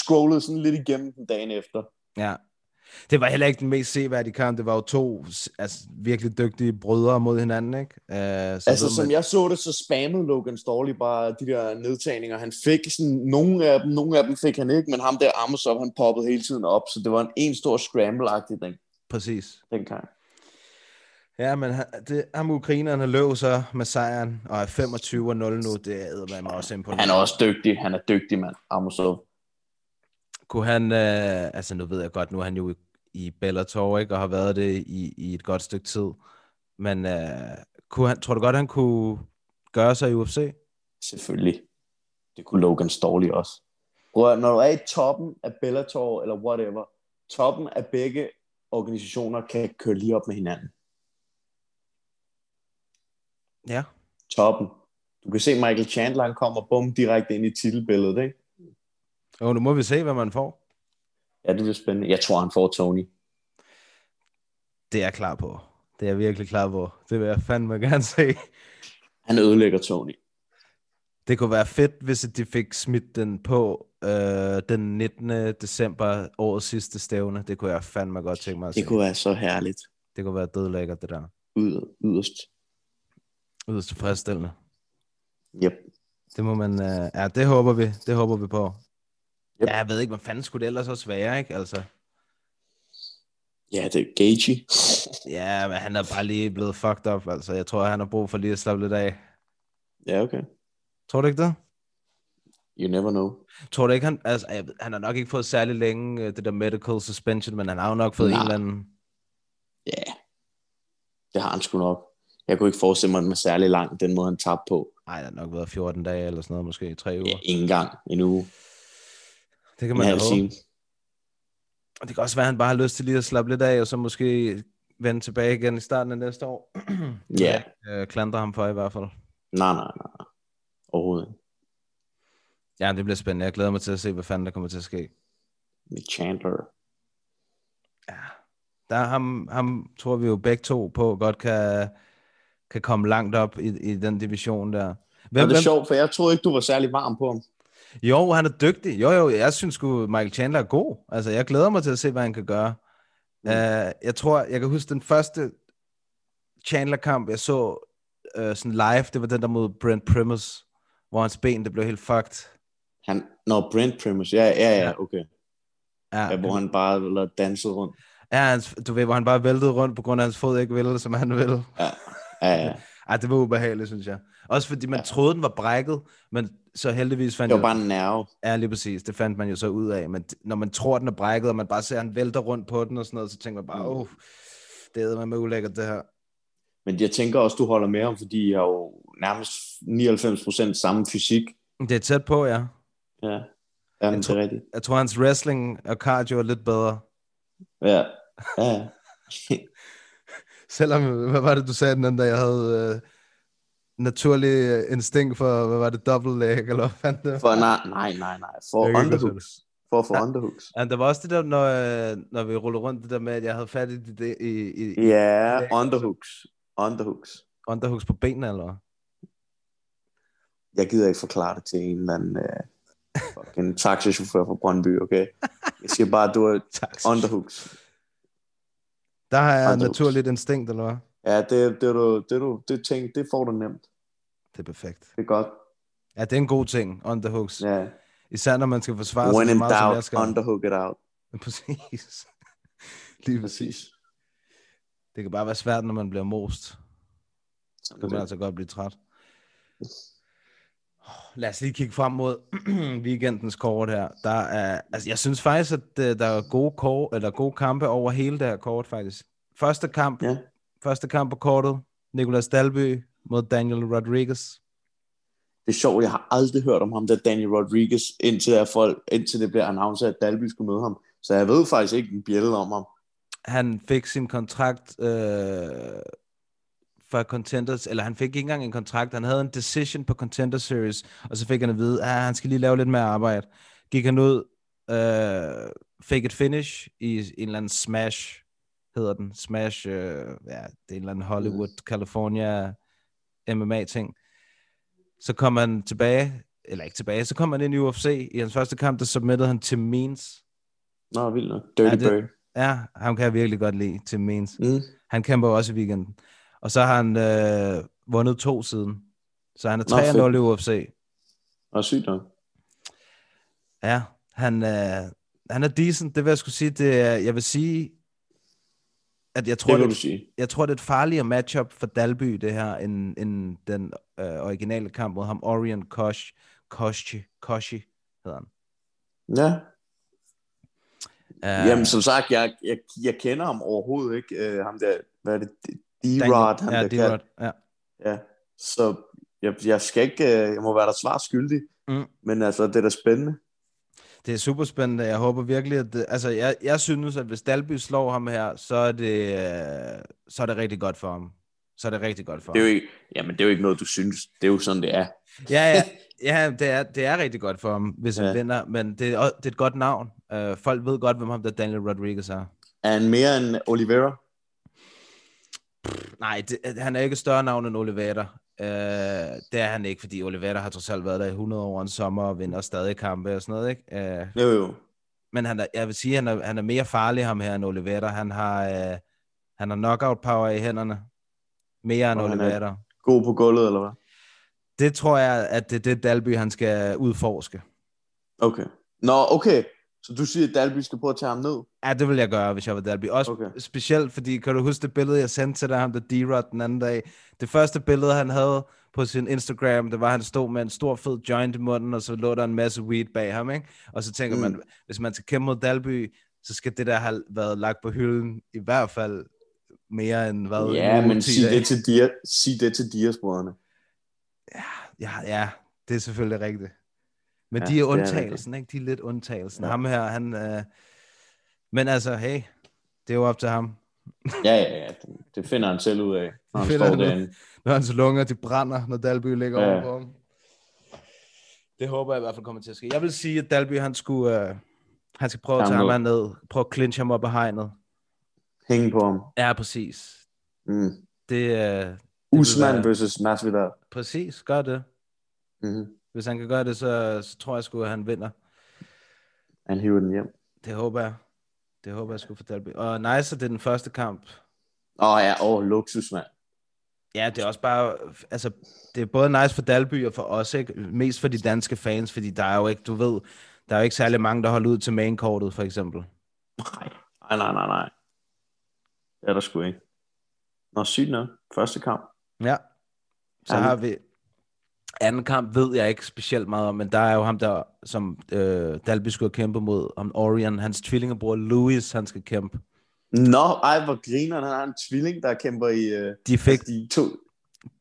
[SPEAKER 8] scrollede sådan lidt igennem den dagen efter.
[SPEAKER 7] Ja. Det var heller ikke den mest seværdige kamp. Det var jo to s- altså, virkelig dygtige brødre mod hinanden, ikke? Uh, så
[SPEAKER 8] Altså,
[SPEAKER 7] ved
[SPEAKER 8] som jeg så det, så spammede Logan Storley bare de der nedtagninger. Han fik sådan, nogle af dem, nogle af dem fik han ikke, men ham der Amosov, han poppede hele tiden op, så det var en, en stor scramble-agtig den,
[SPEAKER 7] Præcis.
[SPEAKER 8] dengang.
[SPEAKER 7] Ja, men han- det, ham ukraineren, han løb så med sejren, og er 25-0 nu. Det er mig også imponerende.
[SPEAKER 8] Han er også dygtig, han er dygtig, mand, Amosov.
[SPEAKER 7] Kunne han, øh, altså nu ved jeg godt, nu er han jo i, i Bellator, ikke, og har været det i, i et godt stykke tid. Men øh, kunne han, tror du godt, han kunne gøre sig i UFC?
[SPEAKER 8] Selvfølgelig. Det kunne Logan Storley også. Prøv at, høre, når du er i toppen af Bellator eller whatever, toppen af begge organisationer kan køre lige op med hinanden.
[SPEAKER 7] Ja.
[SPEAKER 8] Toppen. Du kan se Michael Chandler, han kommer bum direkte ind i titelbilledet, ikke?
[SPEAKER 7] Og nu må vi se, hvad man får.
[SPEAKER 8] Ja, det bliver spændende. Jeg tror, han får Tony.
[SPEAKER 7] Det er jeg klar på. Det er jeg virkelig klar på. Det vil jeg fandme gerne se.
[SPEAKER 8] Han ødelægger Tony.
[SPEAKER 7] Det kunne være fedt, hvis de fik smidt den på øh, den 19. december, årets sidste stævne. Det kunne jeg fandme godt tænke mig at se.
[SPEAKER 8] Det kunne være så herligt.
[SPEAKER 7] det kunne være dødlækkert, det der.
[SPEAKER 8] Ud, yderst.
[SPEAKER 7] Yderst tilfredsstillende.
[SPEAKER 8] Yep.
[SPEAKER 7] Det må man, øh, ja, det håber vi, det håber vi på.
[SPEAKER 8] Yep.
[SPEAKER 7] Yep. Ja, jeg ved ikke, hvad fanden skulle det ellers også være, ikke? Altså,
[SPEAKER 8] Ja, det er Gagey.
[SPEAKER 7] ja, men han er bare lige blevet fucked up, altså. Jeg tror, han har brug for lige at slappe lidt af.
[SPEAKER 8] Ja, okay.
[SPEAKER 7] Tror du ikke det?
[SPEAKER 8] You never know.
[SPEAKER 7] Tror du ikke, han, altså, jeg, ved- han har nok ikke fået særlig længe øh, det der medical suspension, men han har jo nok fået
[SPEAKER 8] Nej.
[SPEAKER 7] en eller anden...
[SPEAKER 8] Ja. Det har han sgu nok. Jeg kunne ikke forestille mig, at den var særlig lang, den måde, han tabte på.
[SPEAKER 7] Nej, det har nok været 14 dage eller sådan noget, måske 3 uger.
[SPEAKER 8] Ja, ingen gang. En uge.
[SPEAKER 7] Det kan
[SPEAKER 8] En
[SPEAKER 7] man
[SPEAKER 8] halv
[SPEAKER 7] jo håbe.
[SPEAKER 8] time.
[SPEAKER 7] Og det kan også være, at han bare har lyst til lige at slappe lidt af, og så måske vende tilbage igen i starten af næste år.
[SPEAKER 8] Ja.
[SPEAKER 7] Øh, klandre ham for i hvert fald.
[SPEAKER 8] Nej, nej, nej. nej. Overhovedet ikke.
[SPEAKER 7] Ja, det bliver spændende. Jeg glæder mig til at se, hvad fanden der kommer til at ske.
[SPEAKER 8] Med Chandler.
[SPEAKER 7] Der er ham, ham tror vi jo begge to på godt kan, kan komme langt op i, i den division der.
[SPEAKER 8] Hvem,
[SPEAKER 7] Hvem,
[SPEAKER 8] og det er
[SPEAKER 7] hvem?
[SPEAKER 8] sjovt, for jeg troede ikke, du var særlig varm på ham.
[SPEAKER 7] Jo, han er dygtig. Jo, jo, jeg synes sgu, Michael Chandler er god. Altså, jeg glæder mig til at se, hvad han kan gøre.
[SPEAKER 8] Mm.
[SPEAKER 7] Mm. Uh, jeg tror, jeg kan huske den første Chandler-kamp, jeg så uh, sådan live, det var den der mod Brent Primus, hvor hans ben, det blev helt fucked.
[SPEAKER 8] Han, Nå, Brent Primus. Ja, ja, ja, okay.
[SPEAKER 7] Ja,
[SPEAKER 8] Ja, hvor han bare eller dansede rundt.
[SPEAKER 7] ja hans, du ved, hvor han bare væltede rundt, på grund af, at hans fod ikke ville, som han ville.
[SPEAKER 8] Ja, ja, ja.
[SPEAKER 7] Ej, det var ubehageligt, synes jeg. Også fordi man ja. troede, den var brækket, men så heldigvis fandt
[SPEAKER 8] Det var
[SPEAKER 7] jeg...
[SPEAKER 8] bare en nerve.
[SPEAKER 7] Ja, lige præcis. Det fandt man jo så ud af. Men d- når man tror, den er brækket, og man bare ser, at han vælter rundt på den og sådan noget, så tænker man bare, åh, oh, det er med ulækkert, det her.
[SPEAKER 8] Men jeg tænker også, du holder med ham, fordi jeg har jo nærmest 99% samme fysik.
[SPEAKER 7] Det er tæt på, ja.
[SPEAKER 8] Ja, Jamen,
[SPEAKER 7] Jeg
[SPEAKER 8] det
[SPEAKER 7] tror-
[SPEAKER 8] er rigtigt.
[SPEAKER 7] Jeg tror, hans wrestling og cardio er lidt bedre.
[SPEAKER 8] Ja, ja. ja.
[SPEAKER 7] Selvom, hvad var det, du sagde den anden dag, jeg havde øh, naturlig øh, instinkt for, hvad var det, double leg, eller hvad fanden det var?
[SPEAKER 8] For, nej, nej, nej, nej. For
[SPEAKER 7] Jeg kan ikke
[SPEAKER 8] underhooks. For at få underhooks.
[SPEAKER 7] Ja, der var også det der, når, øh, når vi rullede rundt, det der med, at jeg havde fat i, det, i, i, i
[SPEAKER 8] Ja, underhooks. Underhooks.
[SPEAKER 7] underhooks på benene, eller hvad?
[SPEAKER 8] Jeg gider ikke forklare det til en eller anden uh, fucking taxichauffør fra Brøndby, okay? Jeg siger bare, at du er
[SPEAKER 7] Tak.
[SPEAKER 8] underhooks.
[SPEAKER 7] Der har jeg
[SPEAKER 8] Underhooks.
[SPEAKER 7] naturligt instinkt, eller hvad?
[SPEAKER 8] Ja, det, det, er du, det, er du, det, ting, det får du nemt.
[SPEAKER 7] Det er perfekt.
[SPEAKER 8] Det er godt.
[SPEAKER 7] Ja, det er en god ting, underhooks. Ja.
[SPEAKER 8] Ja.
[SPEAKER 7] Især når man skal forsvare sig
[SPEAKER 8] When
[SPEAKER 7] så
[SPEAKER 8] in
[SPEAKER 7] meget, som
[SPEAKER 8] doubt,
[SPEAKER 7] jeg skal.
[SPEAKER 8] underhook it out.
[SPEAKER 7] Præcis. Lige præcis. Det kan bare være svært, når man bliver most. Så kan man altså godt blive træt. Lad os lige kigge frem mod weekendens kort her. Der er, altså jeg synes faktisk, at øh, der er gode, kort, eller gode kampe over hele det her kort, faktisk. Første kamp,
[SPEAKER 8] Ja.
[SPEAKER 7] første kamp på kortet, Nicolas Dalby mod Daniel Rodriguez.
[SPEAKER 8] det er sjovt, jeg har aldrig hørt om ham, der Daniel Rodriguez, indtil, at folk, indtil det bliver annonceret, at Dalby skulle møde ham. Så jeg ved faktisk ikke en bjælle om ham.
[SPEAKER 7] Han fik sin kontrakt øh, fra Contenders, eller han fik ikke engang en kontrakt, han havde en decision på Contender Series, og så fik han at vide, at han skal lige lave lidt mere arbejde. Gik han ud, øh, fik et finish i en eller anden smash, hedder den. Smash, øh, ja, det er en eller anden Hollywood, California MMA-ting. Så kom han tilbage, eller ikke tilbage, så kom han ind i UFC. I hans første kamp, der submittede han til Means.
[SPEAKER 8] Nå, vildt nok. Dirty
[SPEAKER 7] Ja, det-
[SPEAKER 8] Bird.
[SPEAKER 7] Ja, ham kan jeg virkelig godt lide, til Means.
[SPEAKER 8] Mm.
[SPEAKER 7] Han kæmper jo også i weekenden. Og så har han øh, vundet to siden. Så han er
[SPEAKER 8] Nå, fedt.
[SPEAKER 7] 3-0 i UFC.
[SPEAKER 8] Og sygt nok.
[SPEAKER 7] Ja, han, øh, han er decent. Det vil jeg skulle sige. Det er, jeg vil sige, at jeg tror,
[SPEAKER 8] Det vil
[SPEAKER 7] det,
[SPEAKER 8] du
[SPEAKER 7] det,
[SPEAKER 8] sige.
[SPEAKER 7] jeg tror, det er et farligere matchup for Dalby, det her, end, end den øh, originale kamp mod ham. Orion Kosh, Koshi, Koshi hedder han.
[SPEAKER 8] Ja,
[SPEAKER 7] Uh,
[SPEAKER 8] Jamen, som sagt, jeg, jeg, jeg kender ham overhovedet ikke. Øh, ham der, hvad er det? D-Rod, han der
[SPEAKER 7] ja,
[SPEAKER 8] kaldt.
[SPEAKER 7] D-Rod. Ja.
[SPEAKER 8] Ja. Så jeg, jeg skal ikke, øh, jeg må være der svar skyldig.
[SPEAKER 7] Mm.
[SPEAKER 8] Men altså, det er da spændende.
[SPEAKER 7] Det er super spændende. Jeg håber virkelig, at det, altså, jeg, jeg synes, at hvis Dalby slår ham her, så er det, øh, så er det rigtig godt for ham. Så er det rigtig godt for
[SPEAKER 8] Det er
[SPEAKER 7] ham.
[SPEAKER 8] jo ikke, jamen, det er jo ikke noget, du synes. Det er jo sådan, det er.
[SPEAKER 7] Ja, ja, ja det, er, det er rigtig godt for ham, hvis ja.
[SPEAKER 8] Ja.
[SPEAKER 7] han vinder, men det er, også- det er et godt navn. Uh, folk ved godt, hvem ham der Daniel Rodriguez er.
[SPEAKER 8] Er han mere end Oliveira?
[SPEAKER 7] Nej, det, han er ikke et større navn end Oliveira. Uh, det er han ikke, fordi Oliveira har trods alt været der i 100 år en sommer og vinder stadig kampe og sådan noget, ikke? Uh,
[SPEAKER 8] Jo, jo.
[SPEAKER 7] men han er, jeg vil sige, han er, han er mere farlig ham her end Oliveira. Han har, øh, han har knockout power i hænderne. Mere end
[SPEAKER 8] Og han er-
[SPEAKER 7] Oliveira.
[SPEAKER 8] God på gulvet, eller hvad?
[SPEAKER 7] Det tror jeg, at det er det, Dalby han skal udforske.
[SPEAKER 8] Okay. Nå, okay. Så du siger, at Dalby skal prøve at tage ham ned?
[SPEAKER 7] Ja, det vil jeg gøre, hvis jeg var Dalby. Også okay.
[SPEAKER 8] Okay.
[SPEAKER 7] specielt, fordi kan du huske det billede, jeg sendte til dig, ham der D-Rod den anden dag? Det første billede, han havde på sin Instagram, det var, at han stod med en stor fed joint i munden, og så lå der en masse weed bag ham, ikke? Og så tænker mm.
[SPEAKER 8] Mm.
[SPEAKER 7] man, hvis man skal kæmpe mod Dalby, så skal det der have været lagt på hylden, i hvert fald mere end hvad? en
[SPEAKER 8] Ja,
[SPEAKER 7] uge,
[SPEAKER 8] men
[SPEAKER 7] 10
[SPEAKER 8] sig
[SPEAKER 7] dage.
[SPEAKER 8] det til, dia, sig det til Dias-brødrene.
[SPEAKER 7] Ja, ja, det er selvfølgelig rigtigt. Men
[SPEAKER 8] Ja,
[SPEAKER 7] ja, de
[SPEAKER 8] det
[SPEAKER 7] er
[SPEAKER 8] er
[SPEAKER 7] undtagelsen, ikke? De er lidt undtagelsen. Ja.
[SPEAKER 8] Ja.
[SPEAKER 7] Ham her, han... Øh... Men altså, hey, det er jo op til ham.
[SPEAKER 8] Ja, ja, ja. Det- Det finder han selv ud af, når han
[SPEAKER 7] finder
[SPEAKER 8] står
[SPEAKER 7] han ud af.
[SPEAKER 8] derinde.
[SPEAKER 7] Når hans lunger, de brænder, når Dalby ligger ja.
[SPEAKER 8] Ja.
[SPEAKER 7] over på ham. Det håber jeg i hvert fald kommer til at ske. Jeg vil sige, at Dalby, han skulle... Øh... Han skal prøve at tage
[SPEAKER 8] Ham
[SPEAKER 7] ham herned. Prøve at clinche ham op af hegnet.
[SPEAKER 8] Hænge på ham.
[SPEAKER 7] Ja, præcis.
[SPEAKER 8] Mm.
[SPEAKER 7] Det, øh...
[SPEAKER 8] Usman
[SPEAKER 7] være-
[SPEAKER 8] versus Masvidal.
[SPEAKER 7] præcis, gør det.
[SPEAKER 8] Mm-hmm.
[SPEAKER 7] Hvis han kan gøre det, så, så tror jeg sgu, at han vinder.
[SPEAKER 8] Han hiver den hjem.
[SPEAKER 7] Det håber jeg. Det håber jeg sgu for Dalby. Og nice, at det er den første kamp.
[SPEAKER 8] Åh oh, ja, åh, oh, luksus, mand.
[SPEAKER 7] Ja, det er også bare, altså, det er både nice for Dalby og for os, ikke? Mest for de danske fans, fordi der er jo ikke, du ved, der er jo ikke særlig mange, der holder ud til mainkortet, for eksempel.
[SPEAKER 8] Nej, nej, nej, nej, nej. Det er der sgu ikke. Nå, sygt nok. Første kamp.
[SPEAKER 7] Ja. Så
[SPEAKER 8] Ærligt.
[SPEAKER 7] har vi anden kamp, ved jeg ikke specielt meget om, men der er jo ham der, som øh, Dalby skulle have kæmpet mod, om Orion, hans tvillingebror Louis, han skal kæmpe.
[SPEAKER 8] Nå, ej, hvor grineren. Han har en tvilling, der kæmper i øh,
[SPEAKER 7] De fik,
[SPEAKER 8] de to.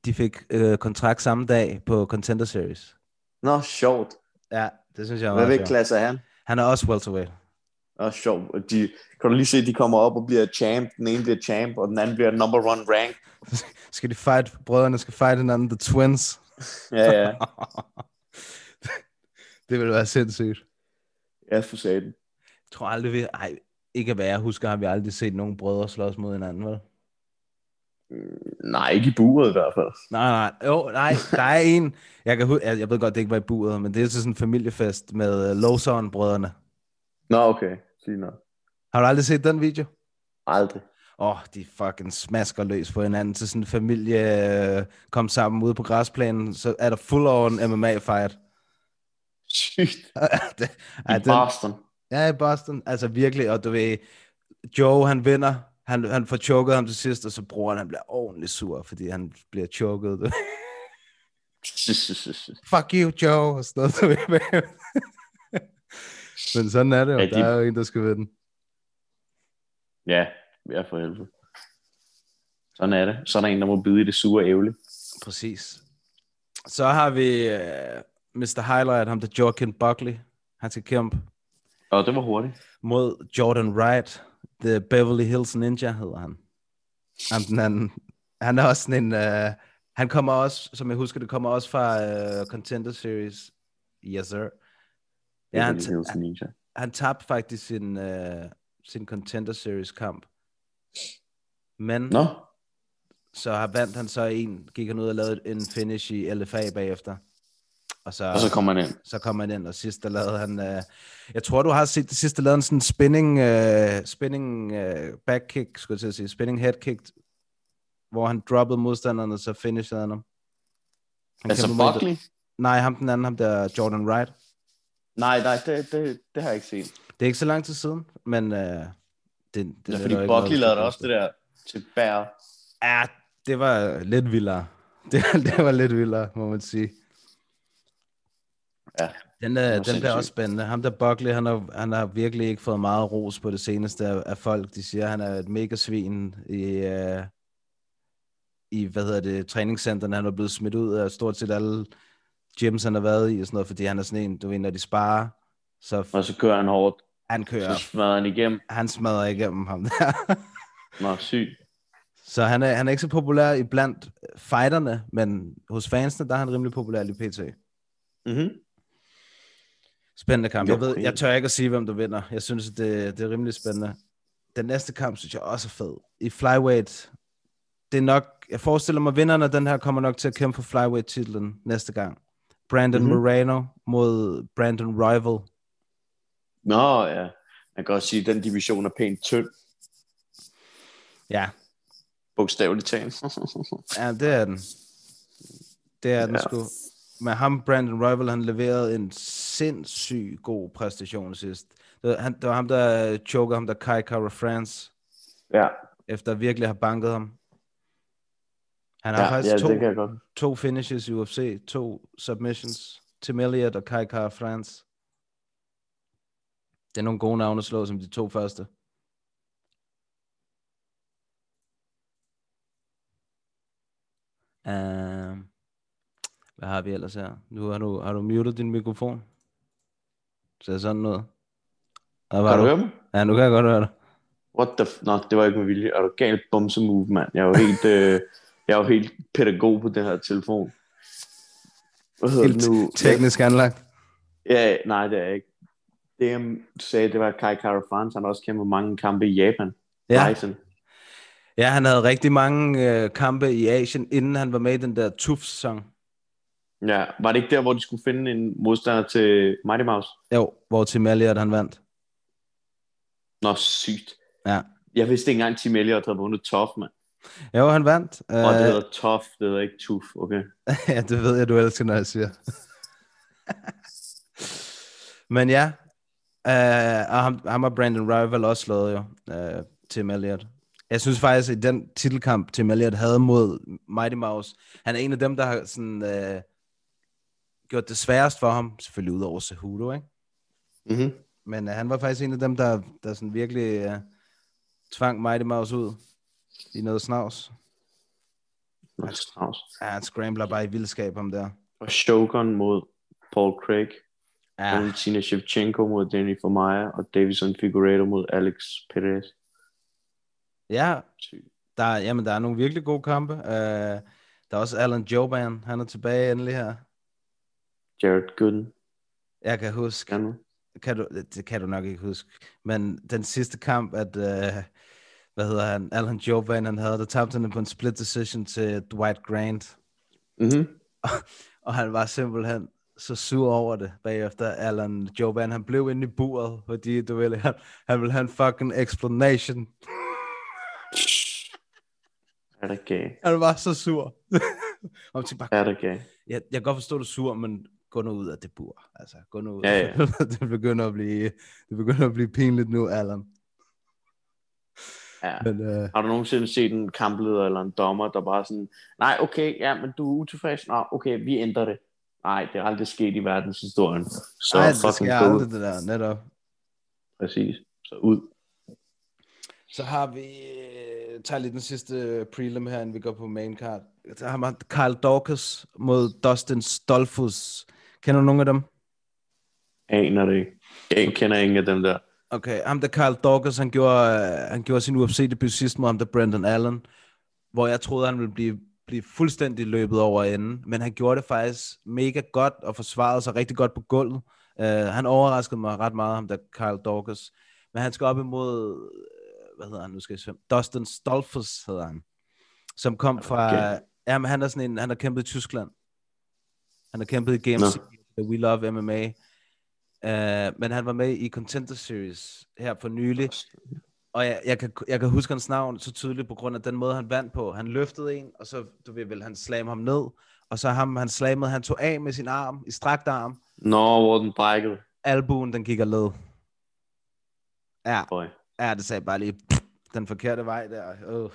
[SPEAKER 7] de fik øh, kontrakt samme dag på Contender Series.
[SPEAKER 8] Nå, sjovt.
[SPEAKER 7] Ja, det synes jeg er
[SPEAKER 8] Hvad
[SPEAKER 7] meget
[SPEAKER 8] ved
[SPEAKER 7] sjovt.
[SPEAKER 8] klasse er han?
[SPEAKER 7] Han er også welterweight.
[SPEAKER 8] Nå, sjovt. Og De, kan du lige se, de kommer op og bliver champ. Den ene bliver champ, og den anden bliver number one rank.
[SPEAKER 7] Skal de fight, brødrene skal fight hinanden, the twins.
[SPEAKER 8] Ja, ja.
[SPEAKER 7] det ville være sindssygt.
[SPEAKER 8] Ja, for satan.
[SPEAKER 7] Jeg tror aldrig, vi... Ej, ikke hvad jeg husker, har vi aldrig set nogen brødre slås mod hinanden, vel?
[SPEAKER 8] Nej, ikke i buret i hvert fald.
[SPEAKER 7] Nej, nej. Jo, nej, der er en. Jeg, kan, hu- jeg jeg ved godt, det ikke var i buret, men det er til sådan en familiefest med uh, Lawson-brødrene.
[SPEAKER 8] Nå, okay. Sygt nok.
[SPEAKER 7] Har du aldrig set den video?
[SPEAKER 8] Aldrig.
[SPEAKER 7] Åh, oh, de fucking smasker løs på hinanden til sådan en familie øh, kom sammen ude på græsplænen, så er der full-on MMA-fight.
[SPEAKER 8] Sygt.
[SPEAKER 7] det,
[SPEAKER 8] I
[SPEAKER 7] ej, den,
[SPEAKER 8] Boston.
[SPEAKER 7] Ja, i Boston. Altså virkelig, og du ved, Joe han vinder, han, han får choket ham til sidst, og så broren han bliver ordentligt sur, fordi han bliver choket. du ved. Fuck you, Joe, og sådan noget. du ved, men- Men sådan er det jo.
[SPEAKER 8] Ja, de-
[SPEAKER 7] Der er jo en, der skal vinde.
[SPEAKER 8] Ja, ja for helvede. Sådan er det. Så er der en, der må bide i det sure ævle.
[SPEAKER 7] Præcis. Så har vi øh, Mr. Highlight, ham der Joaquin Buckley. Han skal kæmpe
[SPEAKER 8] Og det var hurtigt.
[SPEAKER 7] mod Jordan Wright. The Beverly Hills Ninja hedder han. Ham den anden. Han er også sådan en... Øh, han kommer også, som jeg husker, det kommer også fra øh, Contender Series. Yes, sir. Ja, han,
[SPEAKER 8] Beverly Hills Ninja.
[SPEAKER 7] han tabte faktisk sin, øh, sin Contender Series kamp. Men
[SPEAKER 8] Nå,
[SPEAKER 7] så har vandt han så en, gik han ud og lavede en finish i LFA bagefter. Og så,
[SPEAKER 8] og så kommer han ind.
[SPEAKER 7] så kom han ind, og sidst der lavede han, øh, jeg tror du har set det sidste, der lavede han sådan en spinning, øh, spinning øh, backkick, skulle jeg til at sige, spinning headkick, hvor han droppede modstanderen, og så finishede han ham. Han
[SPEAKER 8] Altså
[SPEAKER 7] kæmpede mod-
[SPEAKER 8] Buckley?
[SPEAKER 7] Nej, ham den anden, ham der Jordan Wright.
[SPEAKER 8] Nej, nej, det, det, det har jeg ikke set.
[SPEAKER 7] Det er ikke så lang tid siden, men øh, det, det,
[SPEAKER 8] Det er
[SPEAKER 7] nytter jo
[SPEAKER 8] fordi
[SPEAKER 7] ikke noget,
[SPEAKER 8] Buckley
[SPEAKER 7] hvis
[SPEAKER 8] lavede da
[SPEAKER 7] ikke
[SPEAKER 8] også det der til bær.
[SPEAKER 7] Ja, det var lidt vildere. Det, det var lidt vildere, må man sige.
[SPEAKER 8] Ja,
[SPEAKER 7] Den, der, den
[SPEAKER 8] sindssyg.
[SPEAKER 7] bliver også spændende. Ham der Buckley, han har, han har virkelig ikke fået meget ros på det seneste af, af folk. De siger, han er et mega svin i, øh, i hvad hedder det, træningscenterne. Han er blevet smidt ud af stort set alle gyms, han har været i og sådan noget, fordi han er sådan en, du ved, når de sparer, så
[SPEAKER 8] Og så kører han hårdt.
[SPEAKER 7] han
[SPEAKER 8] Så
[SPEAKER 7] kører.
[SPEAKER 8] smadrer han igennem.
[SPEAKER 7] Han smadrer igennem ham der.
[SPEAKER 8] Nå, syg.
[SPEAKER 7] Så han er, han er ikke så populær i blandt fighterne, men hos fansene, der er han rimelig populær i PT. Mhm.
[SPEAKER 8] Mm-hmm.
[SPEAKER 7] Spændende kamp. Jeg, ved,
[SPEAKER 8] Okay.
[SPEAKER 7] jeg tør ikke at sige, hvem der vinder. Jeg synes, at det, det er rimelig spændende. Den næste kamp, synes jeg også er fed. I flyweight, det er nok, jeg forestiller mig, vinderne af den her kommer nok til at kæmpe for flyweight-titlen næste gang. Brandon
[SPEAKER 8] Mhm.
[SPEAKER 7] mm-hmm. Moreno mod Brandon Rival.
[SPEAKER 8] Nå, ja. Man kan også sige, at den division er pænt tynd,
[SPEAKER 7] Ja,
[SPEAKER 8] bogstaveligt talt.
[SPEAKER 7] Ja, det er den. Det er den
[SPEAKER 8] Ja.
[SPEAKER 7] sgu. Men ham, Brandon Rival, han leverede en sindssyg god præstation sidst. Det var, han, det var ham, der choker ham, der Kai Kara France,
[SPEAKER 8] ja,
[SPEAKER 7] efter at virkelig har banket ham. Han har
[SPEAKER 8] ja,
[SPEAKER 7] ja, faktisk
[SPEAKER 8] ja
[SPEAKER 7] to,
[SPEAKER 8] det kan jeg godt.
[SPEAKER 7] to finishes i UFC, to submissions. Tim Elliott og Kai Kara France. Det er nogle gode navne at slå som de to første. Uh, hvad har vi ellers her? Nu har du, har du muted din mikrofon. Ser sådan noget. Og
[SPEAKER 8] Kan du høre mig?
[SPEAKER 7] Ja, nu kan jeg godt høre dig.
[SPEAKER 8] What the f- Nå, det var ikke med vilje. Er du galt bumse move, mand? Jeg er jo helt, øh, jeg er jo helt pædagog på den her telefon. Hvad hedder det nu?
[SPEAKER 7] teknisk anlagt.
[SPEAKER 8] Ja, nej, det er jeg ikke. Det, jeg sagde, det var Kai Kara France. Han har også kæmpet mange kampe i Japan.
[SPEAKER 7] Ja.
[SPEAKER 8] Ryzen.
[SPEAKER 7] Ja, han havde rigtig mange øh, kampe i Asien, inden han var med i den der Tufs-sang.
[SPEAKER 8] ja. Var det ikke der, hvor de skulle finde en modstander til Mighty Mouse?
[SPEAKER 7] Jo, hvor Tim Elliott han vandt.
[SPEAKER 8] Nå, sygt.
[SPEAKER 7] Ja.
[SPEAKER 8] Jeg vidste ikke engang, Tim Elliott havde vundet Tough, mand.
[SPEAKER 7] Jo, han vandt.
[SPEAKER 8] Og det
[SPEAKER 7] Øh,
[SPEAKER 8] hedder Tough, det hedder ikke Tuff, okay?
[SPEAKER 7] ja, det ved jeg, du elsker, når jeg siger. Men ja, øh, og ham, ham og Brandon Rival også slået jo, øh, Tim Elliott. Jeg synes faktisk, at i den titelkamp, Tim Elliott havde mod Mighty Mouse, han er en af dem, der har sådan, øh, gjort det sværest for ham, selvfølgelig ud over Cejudo, ikke?
[SPEAKER 8] Mm-hmm.
[SPEAKER 7] Men øh, han var faktisk en af dem, der, der sådan virkelig øh, tvang Mighty Mouse ud i noget snavs.
[SPEAKER 8] Nå, Strauss.
[SPEAKER 7] Ja, han scrambler bare i vildskab om der.
[SPEAKER 8] Og Shogun mod Paul Craig.
[SPEAKER 7] Ja,
[SPEAKER 8] Ja. Valentina Shevchenko mod Danny Formaya og Davison Figueiredo mod Alex Perez.
[SPEAKER 7] ja
[SPEAKER 8] Sygt.
[SPEAKER 7] der, er- jamen, der er nogle virkelig gode kampe. Øh, der er også Alan Joban, han er tilbage endelig her.
[SPEAKER 8] Jared Gooden.
[SPEAKER 7] Jeg kan huske,
[SPEAKER 8] Gerne.
[SPEAKER 7] kan du, det kan du nok ikke huske, men den sidste kamp, at, øh, hvad hedder han, Alan Joban, han havde, der tabte han på en split decision til Dwight Grant. Mhm.
[SPEAKER 8] Mm-hmm.
[SPEAKER 7] Og han var simpelthen så sur over det bagefter. Alan Joban, han blev inde i buret, fordi du ville, han, han ville have en fucking explanation.
[SPEAKER 8] Er der gay?
[SPEAKER 7] Han var så sur. Og jeg tænkte bare,
[SPEAKER 8] Er der gay?
[SPEAKER 7] jeg, jeg kan godt forstå, du er sur, men gå nu ud af det bur. Altså, gå nu ud.
[SPEAKER 8] Ja, ja.
[SPEAKER 7] det, begynder at blive, det begynder at blive pinligt nu, Alan.
[SPEAKER 8] Ja.
[SPEAKER 7] Men, øh,
[SPEAKER 8] Har du nogensinde set en kampleder eller en dommer, der bare sådan, nej, okay, ja, men du er utilfreds. Nå, okay, vi ændrer det. Nej, det er aldrig sket i verdenshistorien. Så
[SPEAKER 7] ej,
[SPEAKER 8] Ej,
[SPEAKER 7] det skal
[SPEAKER 8] fucking
[SPEAKER 7] jeg
[SPEAKER 8] gå
[SPEAKER 7] aldrig,
[SPEAKER 8] ud.
[SPEAKER 7] det der, netop.
[SPEAKER 8] Præcis. Så ud.
[SPEAKER 7] øh, Så har vi, tager lige den sidste prelim her, inden vi går på main card. der har man Kyle Dawkins mod Dustin Stolfus. Kender du nogen af dem?
[SPEAKER 8] Aner det ikke. Jeg kender ingen af dem der.
[SPEAKER 7] Okay, ham der Carl Dawkins, han gjorde, øh, han gjorde sin UFC-debut sidst mod ham der Brandon Allen, hvor jeg troede, han ville blive, blive fuldstændig løbet over enden, men han gjorde det faktisk mega godt og forsvarede sig rigtig godt på gulvet. Uh, han overraskede mig ret meget, ham der Carl Dawkins, men han skal op imod, øh, hvad hedder han nu, skal jeg se, Dustin Stolfus hedder han, som kom fra,
[SPEAKER 8] Okay.
[SPEAKER 7] okay. jamen han er sådan en, han har kæmpet i Tyskland. Han har kæmpet i GMC, no. We Love MMA. Uh, men han var med i Contender Series her for nylig. Og jeg, jeg, kan, jeg kan huske hans navn så tydeligt på grund af den måde, han vandt på. Han løftede en, og så du ved vel, han slam ham ned. Og så ham, han slammede, han tog af med sin arm, i strakt arm.
[SPEAKER 8] Nå, hvor den brækkede.
[SPEAKER 7] Albuen, den gik og led. Ja,
[SPEAKER 8] Boy.
[SPEAKER 7] ja, det sagde bare lige den forkerte vej der. Øh.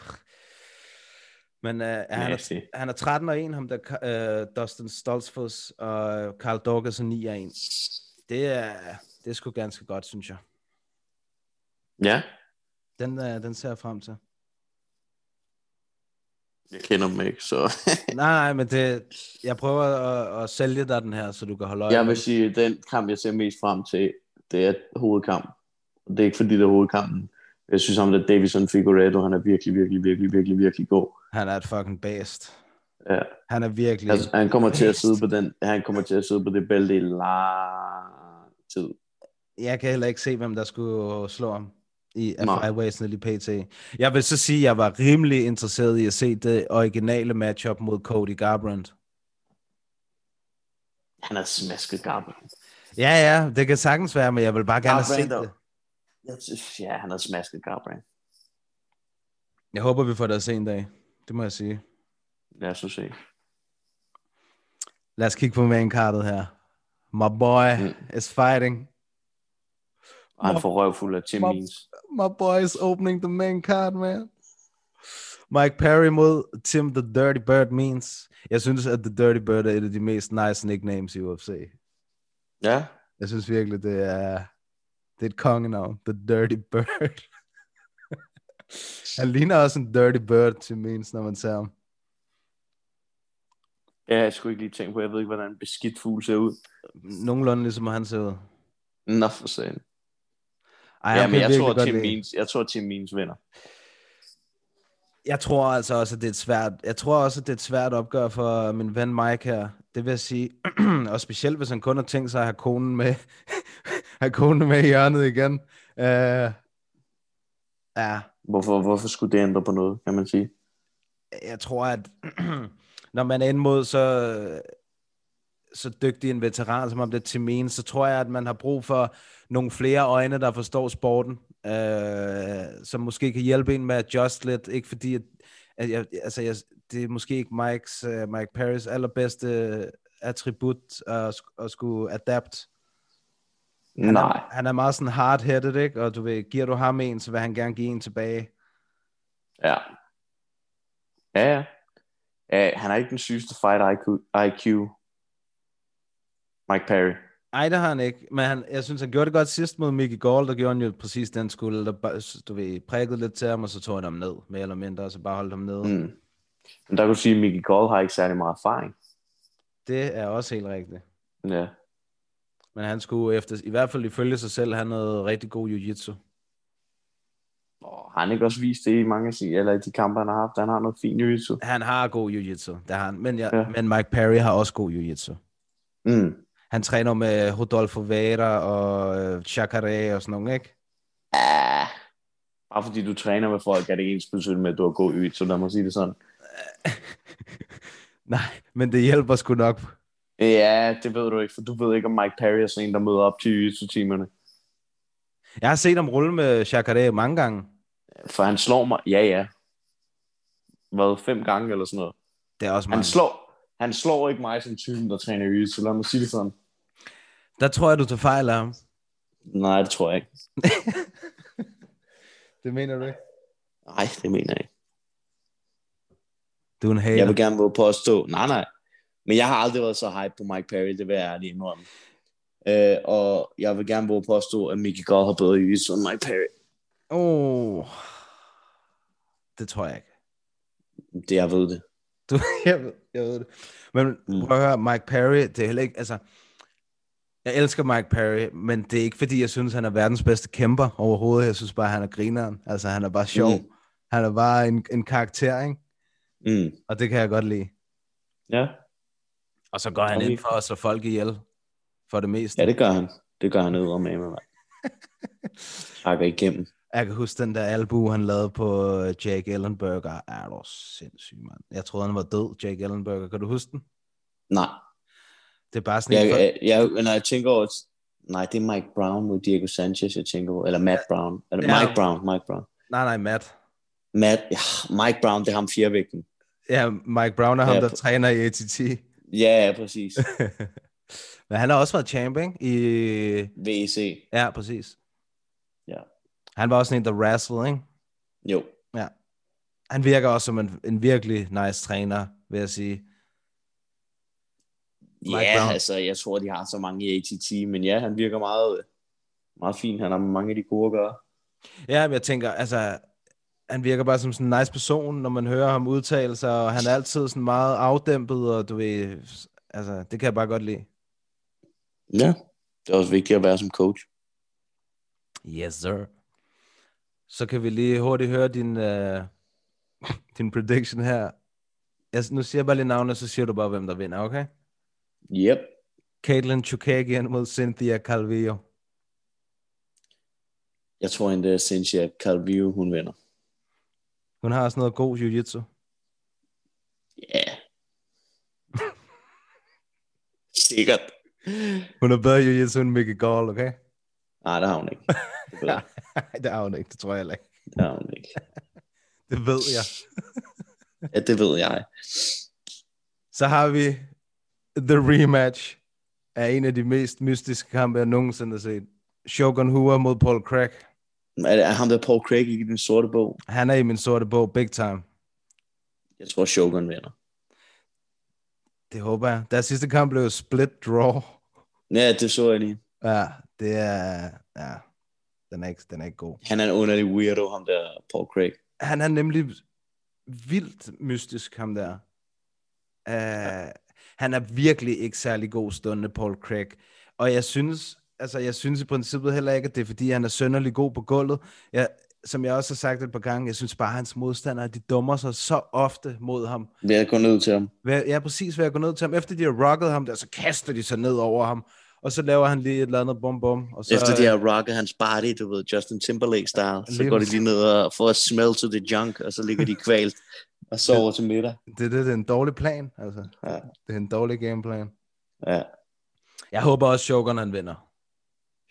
[SPEAKER 7] Men uh, han, er,
[SPEAKER 8] Nasty.
[SPEAKER 7] han er 13 og 1, ham der uh, Dustin Stolzfus og Carl Dawkins er 9 og 1. Det er, det er sgu ganske godt, synes jeg.
[SPEAKER 8] Ja,
[SPEAKER 7] Den, øh, den ser jeg frem til.
[SPEAKER 8] jeg kender dem ikke, så...
[SPEAKER 7] Nej, nej, men det, jeg prøver at, at sælge dig den her, så du kan holde øje.
[SPEAKER 8] jeg
[SPEAKER 7] med
[SPEAKER 8] vil
[SPEAKER 7] den.
[SPEAKER 8] sige, at den kamp, jeg ser mest frem til, det er hovedkamp. Og det er ikke fordi, det er hovedkampen. Jeg synes ham, at Davison Figueredo, han er virkelig, virkelig, virkelig, virkelig, virkelig god.
[SPEAKER 7] Han er et fucking best.
[SPEAKER 8] Ja.
[SPEAKER 7] Han er virkelig...
[SPEAKER 8] Altså, han kommer til at sidde på den, han kommer til at sidde på det bælte i lang tid.
[SPEAKER 7] Jeg kan heller ikke se, hvem der skulle slå ham i af
[SPEAKER 8] Nej.
[SPEAKER 7] Fireways'ene lige pt. Jeg vil så sige, at jeg var rimelig interesseret i at se det originale matchup mod Cody Garbrandt.
[SPEAKER 8] Han er smasket gammel.
[SPEAKER 7] Ja, ja, det kan sagtens være, men jeg vil bare gerne have set
[SPEAKER 8] Garbrandt er-
[SPEAKER 7] det.
[SPEAKER 8] Jeg synes, Ja, han er smasket gammel.
[SPEAKER 7] Jeg håber, vi får det at se en dag. Det må jeg sige.
[SPEAKER 8] Lad os nu se.
[SPEAKER 7] Lad os kigge på maincardet her. My boy
[SPEAKER 8] Mm.
[SPEAKER 7] is fighting.
[SPEAKER 8] Og han får røvfuld af Tim
[SPEAKER 7] Mop.
[SPEAKER 8] Means.
[SPEAKER 7] My boys opening the main card, man. Mike Perry mod Tim The Dirty Bird Means. Jeg synes, at The Dirty Bird er et af de mest nice nicknames i UFC.
[SPEAKER 8] Ja,
[SPEAKER 7] Jeg synes virkelig, det er, det er et kongenavn. The Dirty Bird. Han ligner også en Dirty Bird til Means, når man ser ham.
[SPEAKER 8] Ja, jeg skulle ikke lige tænke på, jeg ved ikke, hvordan en beskidt fugl ser ud.
[SPEAKER 7] Nogenlunde ligesom han ser ud.
[SPEAKER 8] Nå for satan.
[SPEAKER 7] Ej,
[SPEAKER 8] Ja,
[SPEAKER 7] ham kan
[SPEAKER 8] men jeg
[SPEAKER 7] virkelig
[SPEAKER 8] tror,
[SPEAKER 7] godt
[SPEAKER 8] Tim
[SPEAKER 7] lide.
[SPEAKER 8] Means, jeg tror, Tim Means vinder.
[SPEAKER 7] Jeg tror altså også, at det er et svært, jeg tror også, at det er et svært opgør for min ven Mike her. Det vil jeg sige, og specielt hvis han kun har tænkt sig at have konen med, have konen med i hjørnet igen. Uh, ja,
[SPEAKER 8] Hvorfor, hvorfor skulle det ændre på noget, kan man sige?
[SPEAKER 7] jeg tror, at når man er ind mod så, så dygtig en veteran, som om det er Timen, så tror jeg, at man har brug for nogle flere øjne, der forstår sporten, øh, som måske kan hjælpe en med at adjust lidt. Ikke fordi, at, at jeg, altså jeg, det er måske ikke Mikes, uh, Mike Paris allerbedste attribut at, sk- at skulle adapt. Han
[SPEAKER 8] Nej.
[SPEAKER 7] Er, han er meget sådan hard-headed, ikke? Og du ved, giver du ham en, så vil han gerne give en tilbage.
[SPEAKER 8] Ja. Ja, ja. ja han er ikke den sygeste fight IQ, IQ. Mike Perry.
[SPEAKER 7] Nej, det har han ikke, men han, jeg synes, han gjorde det godt sidst mod Mickey Gall, der gjorde han jo præcis den skulle, der bare, du ved, prikkede lidt til ham, og så tog han ham ned, mere eller mindre, og så bare holdt ham nede. Mm.
[SPEAKER 8] Mm. Men der kan du sige, at Mickey Gall har ikke særlig meget erfaring.
[SPEAKER 7] Det er også helt rigtigt.
[SPEAKER 8] Ja.
[SPEAKER 7] Men han skulle efter, i hvert fald ifølge sig selv, have noget rigtig god jiu-jitsu.
[SPEAKER 8] Og har han ikke også vist det i mange af sine, eller i de kampe, han har haft? Han har noget fint jiu-jitsu.
[SPEAKER 7] Han har god jiu-jitsu, det har han, men, jeg,
[SPEAKER 8] Ja.
[SPEAKER 7] ja. men Mike Perry har også god jiu-jitsu.
[SPEAKER 8] Mm.
[SPEAKER 7] Han træner med Rodolfo Vera og øh, Chakare og sådan nogle, ikke?
[SPEAKER 8] Ah. Bare fordi du træner med folk, er det ikke ens betydende med, at du har god jiu-jitsu. Lad mig sige det sådan.
[SPEAKER 7] Nej, men det hjælper sgu nok.
[SPEAKER 8] Ja, det ved du ikke, for du ved ikke, om Mike Perry er sådan en, der møder op til jiu-jitsu-timerne.
[SPEAKER 7] Jeg har set ham rulle med Chakare mange gange.
[SPEAKER 8] For han slår mig, ja ja, hvad, fem gange eller sådan noget.
[SPEAKER 7] Det er også
[SPEAKER 8] Han
[SPEAKER 7] meget.
[SPEAKER 8] slår, han slår ikke mig som typen, der træner jiu-jitsu, lad mig sige det sådan.
[SPEAKER 7] Der tror jeg, du tager fejl af ham.
[SPEAKER 8] Nej, det tror jeg ikke.
[SPEAKER 7] Det mener du ikke?
[SPEAKER 8] Nej, det mener jeg ikke.
[SPEAKER 7] Du er en hater.
[SPEAKER 8] Jeg vil gerne våge påstå, nej nej, men jeg har aldrig været så hype på Mike Perry, det vil jeg ærligt indrømme. Øh, og jeg vil gerne våge påstå, at Mickey Gall har bedre jiu-jitsu end Mike Perry.
[SPEAKER 7] Oh. Det tror jeg ikke.
[SPEAKER 8] Det jeg ved det.
[SPEAKER 7] Du, jeg, ved, jeg ved det. Men
[SPEAKER 8] Mm.
[SPEAKER 7] prøv at høre, Mike Perry, det er heller ikke, altså, jeg elsker Mike Perry, men det er ikke fordi, jeg synes, han er verdens bedste kæmper overhovedet. Jeg synes bare, han er grineren. Altså, han er bare sjov.
[SPEAKER 9] Mm.
[SPEAKER 7] Mm. Han er bare en, en karakter, ikke?
[SPEAKER 9] Mm.
[SPEAKER 7] Og det kan jeg godt lide.
[SPEAKER 8] Ja.
[SPEAKER 7] Og så går han
[SPEAKER 8] Okay.
[SPEAKER 7] ind for at slå folk ihjel. For det meste.
[SPEAKER 8] ja, det gør han. Det gør han ud med mig. Hakker igennem.
[SPEAKER 7] Jeg kan huske den der albu, han lavede på øh, Jake Ellenberger. Er du sindssyg, mand. Jeg troede, han var død, Jake Ellenberger. Kan du huske den?
[SPEAKER 8] Nej,
[SPEAKER 7] Det er bare sådan
[SPEAKER 8] jeg,
[SPEAKER 7] en...
[SPEAKER 8] jeg, jeg, når jeg tænker over... Nej, det er Mike Brown mod Diego Sanchez, jeg tænker på. Eller Matt Brown. Eller
[SPEAKER 7] Ja.
[SPEAKER 8] Mike Brown, Mike Brown.
[SPEAKER 7] Nej, nej, Matt.
[SPEAKER 8] Matt, ja, Mike Brown, det er ham firevægten.
[SPEAKER 7] Ja, Mike Brown er ham,
[SPEAKER 8] Ja,
[SPEAKER 7] der
[SPEAKER 8] på-
[SPEAKER 7] træner i ATT.
[SPEAKER 8] Ja, ja, præcis.
[SPEAKER 7] Men han har også været champ, ikke? I...
[SPEAKER 8] VEC.
[SPEAKER 7] Ja, præcis.
[SPEAKER 8] Ja.
[SPEAKER 7] Han var også sådan en, der wrestlede, ikke?
[SPEAKER 8] Jo.
[SPEAKER 7] Han virker også som en, en virkelig nice træner, vil jeg sige. Mike
[SPEAKER 8] ja,
[SPEAKER 7] Brown.
[SPEAKER 8] altså, jeg tror, de har så mange i ATT, men ja, han virker meget, øh, meget fin. Han har mange af de gode at gøre.
[SPEAKER 7] Ja, men jeg tænker, altså, han virker bare som sådan en nice person, når man hører ham udtale sig, og han er altid sådan meget afdæmpet, og du ved, altså, det kan jeg bare godt lide.
[SPEAKER 8] Ja, det er også vigtigt at være som coach.
[SPEAKER 7] Yes, sir. Så kan vi lige hurtigt høre din, uh, din prediction her. Jeg, nu siger jeg bare lige navnet, så siger du bare, hvem der vinder, okay?
[SPEAKER 8] Yep.
[SPEAKER 7] Caitlin Chukagian mod Cynthia Calvillo.
[SPEAKER 8] Jeg tror endda, at Cynthia Calvillo, hun vinder.
[SPEAKER 7] Hun har også noget god jiu-jitsu.
[SPEAKER 8] Ja. Yeah. Sikkert.
[SPEAKER 7] Hun er bedre jiu-jitsu end Mickey Gall, okay?
[SPEAKER 8] Nej, det har hun ikke. Det ved, jeg.
[SPEAKER 7] det har hun ikke, det tror jeg heller ikke.
[SPEAKER 8] det har hun ikke.
[SPEAKER 7] Det ved jeg.
[SPEAKER 8] Ja, det ved jeg.
[SPEAKER 7] Så har vi The Rematch af en af de mest mystiske kampe, jeg nogensinde har set. Shogun Hua mod Paul Craig.
[SPEAKER 8] Er det er ham der Paul Craig i den sorte bog?
[SPEAKER 7] Han er i min sorte bog big time.
[SPEAKER 8] Jeg tror, Shogun vinder.
[SPEAKER 7] Det håber jeg. Deres sidste kamp blev jo split draw.
[SPEAKER 8] Ja, det så jeg lige.
[SPEAKER 7] Ja, det er... Ja, den er ikke, den er ikke god.
[SPEAKER 8] Han er en underlig weirdo, ham der Paul Craig.
[SPEAKER 7] Han er nemlig vildt mystisk, ham der. Uh, ja. Han er virkelig ikke særlig god stående, Paul Craig. Og jeg synes, altså jeg synes i princippet heller ikke, at det er fordi, han er sønderlig god på gulvet. Jeg, som jeg også har sagt et par gange, jeg synes bare, at hans modstandere, de dummer sig så ofte mod ham.
[SPEAKER 8] Vil jeg gå ned til ham?
[SPEAKER 7] Hvad, ja, præcis, hvad jeg går ned til ham. Efter de har rocket ham der, så kaster de sig ned over ham. Og så laver han lige et eller andet bum bum. Og så,
[SPEAKER 8] Så, Efter de har rocket hans body, du ved, Justin Timberlake-style, så
[SPEAKER 7] Lige
[SPEAKER 8] går de
[SPEAKER 7] præcis.
[SPEAKER 8] lige ned og får at smell to the junk, og så ligger de kvalt og sover til middag.
[SPEAKER 7] øh, det, det, det er en dårlig plan, altså.
[SPEAKER 8] Ja.
[SPEAKER 7] Det er en dårlig gameplan.
[SPEAKER 8] Ja,
[SPEAKER 7] Jeg håber også, Shogun han vinder.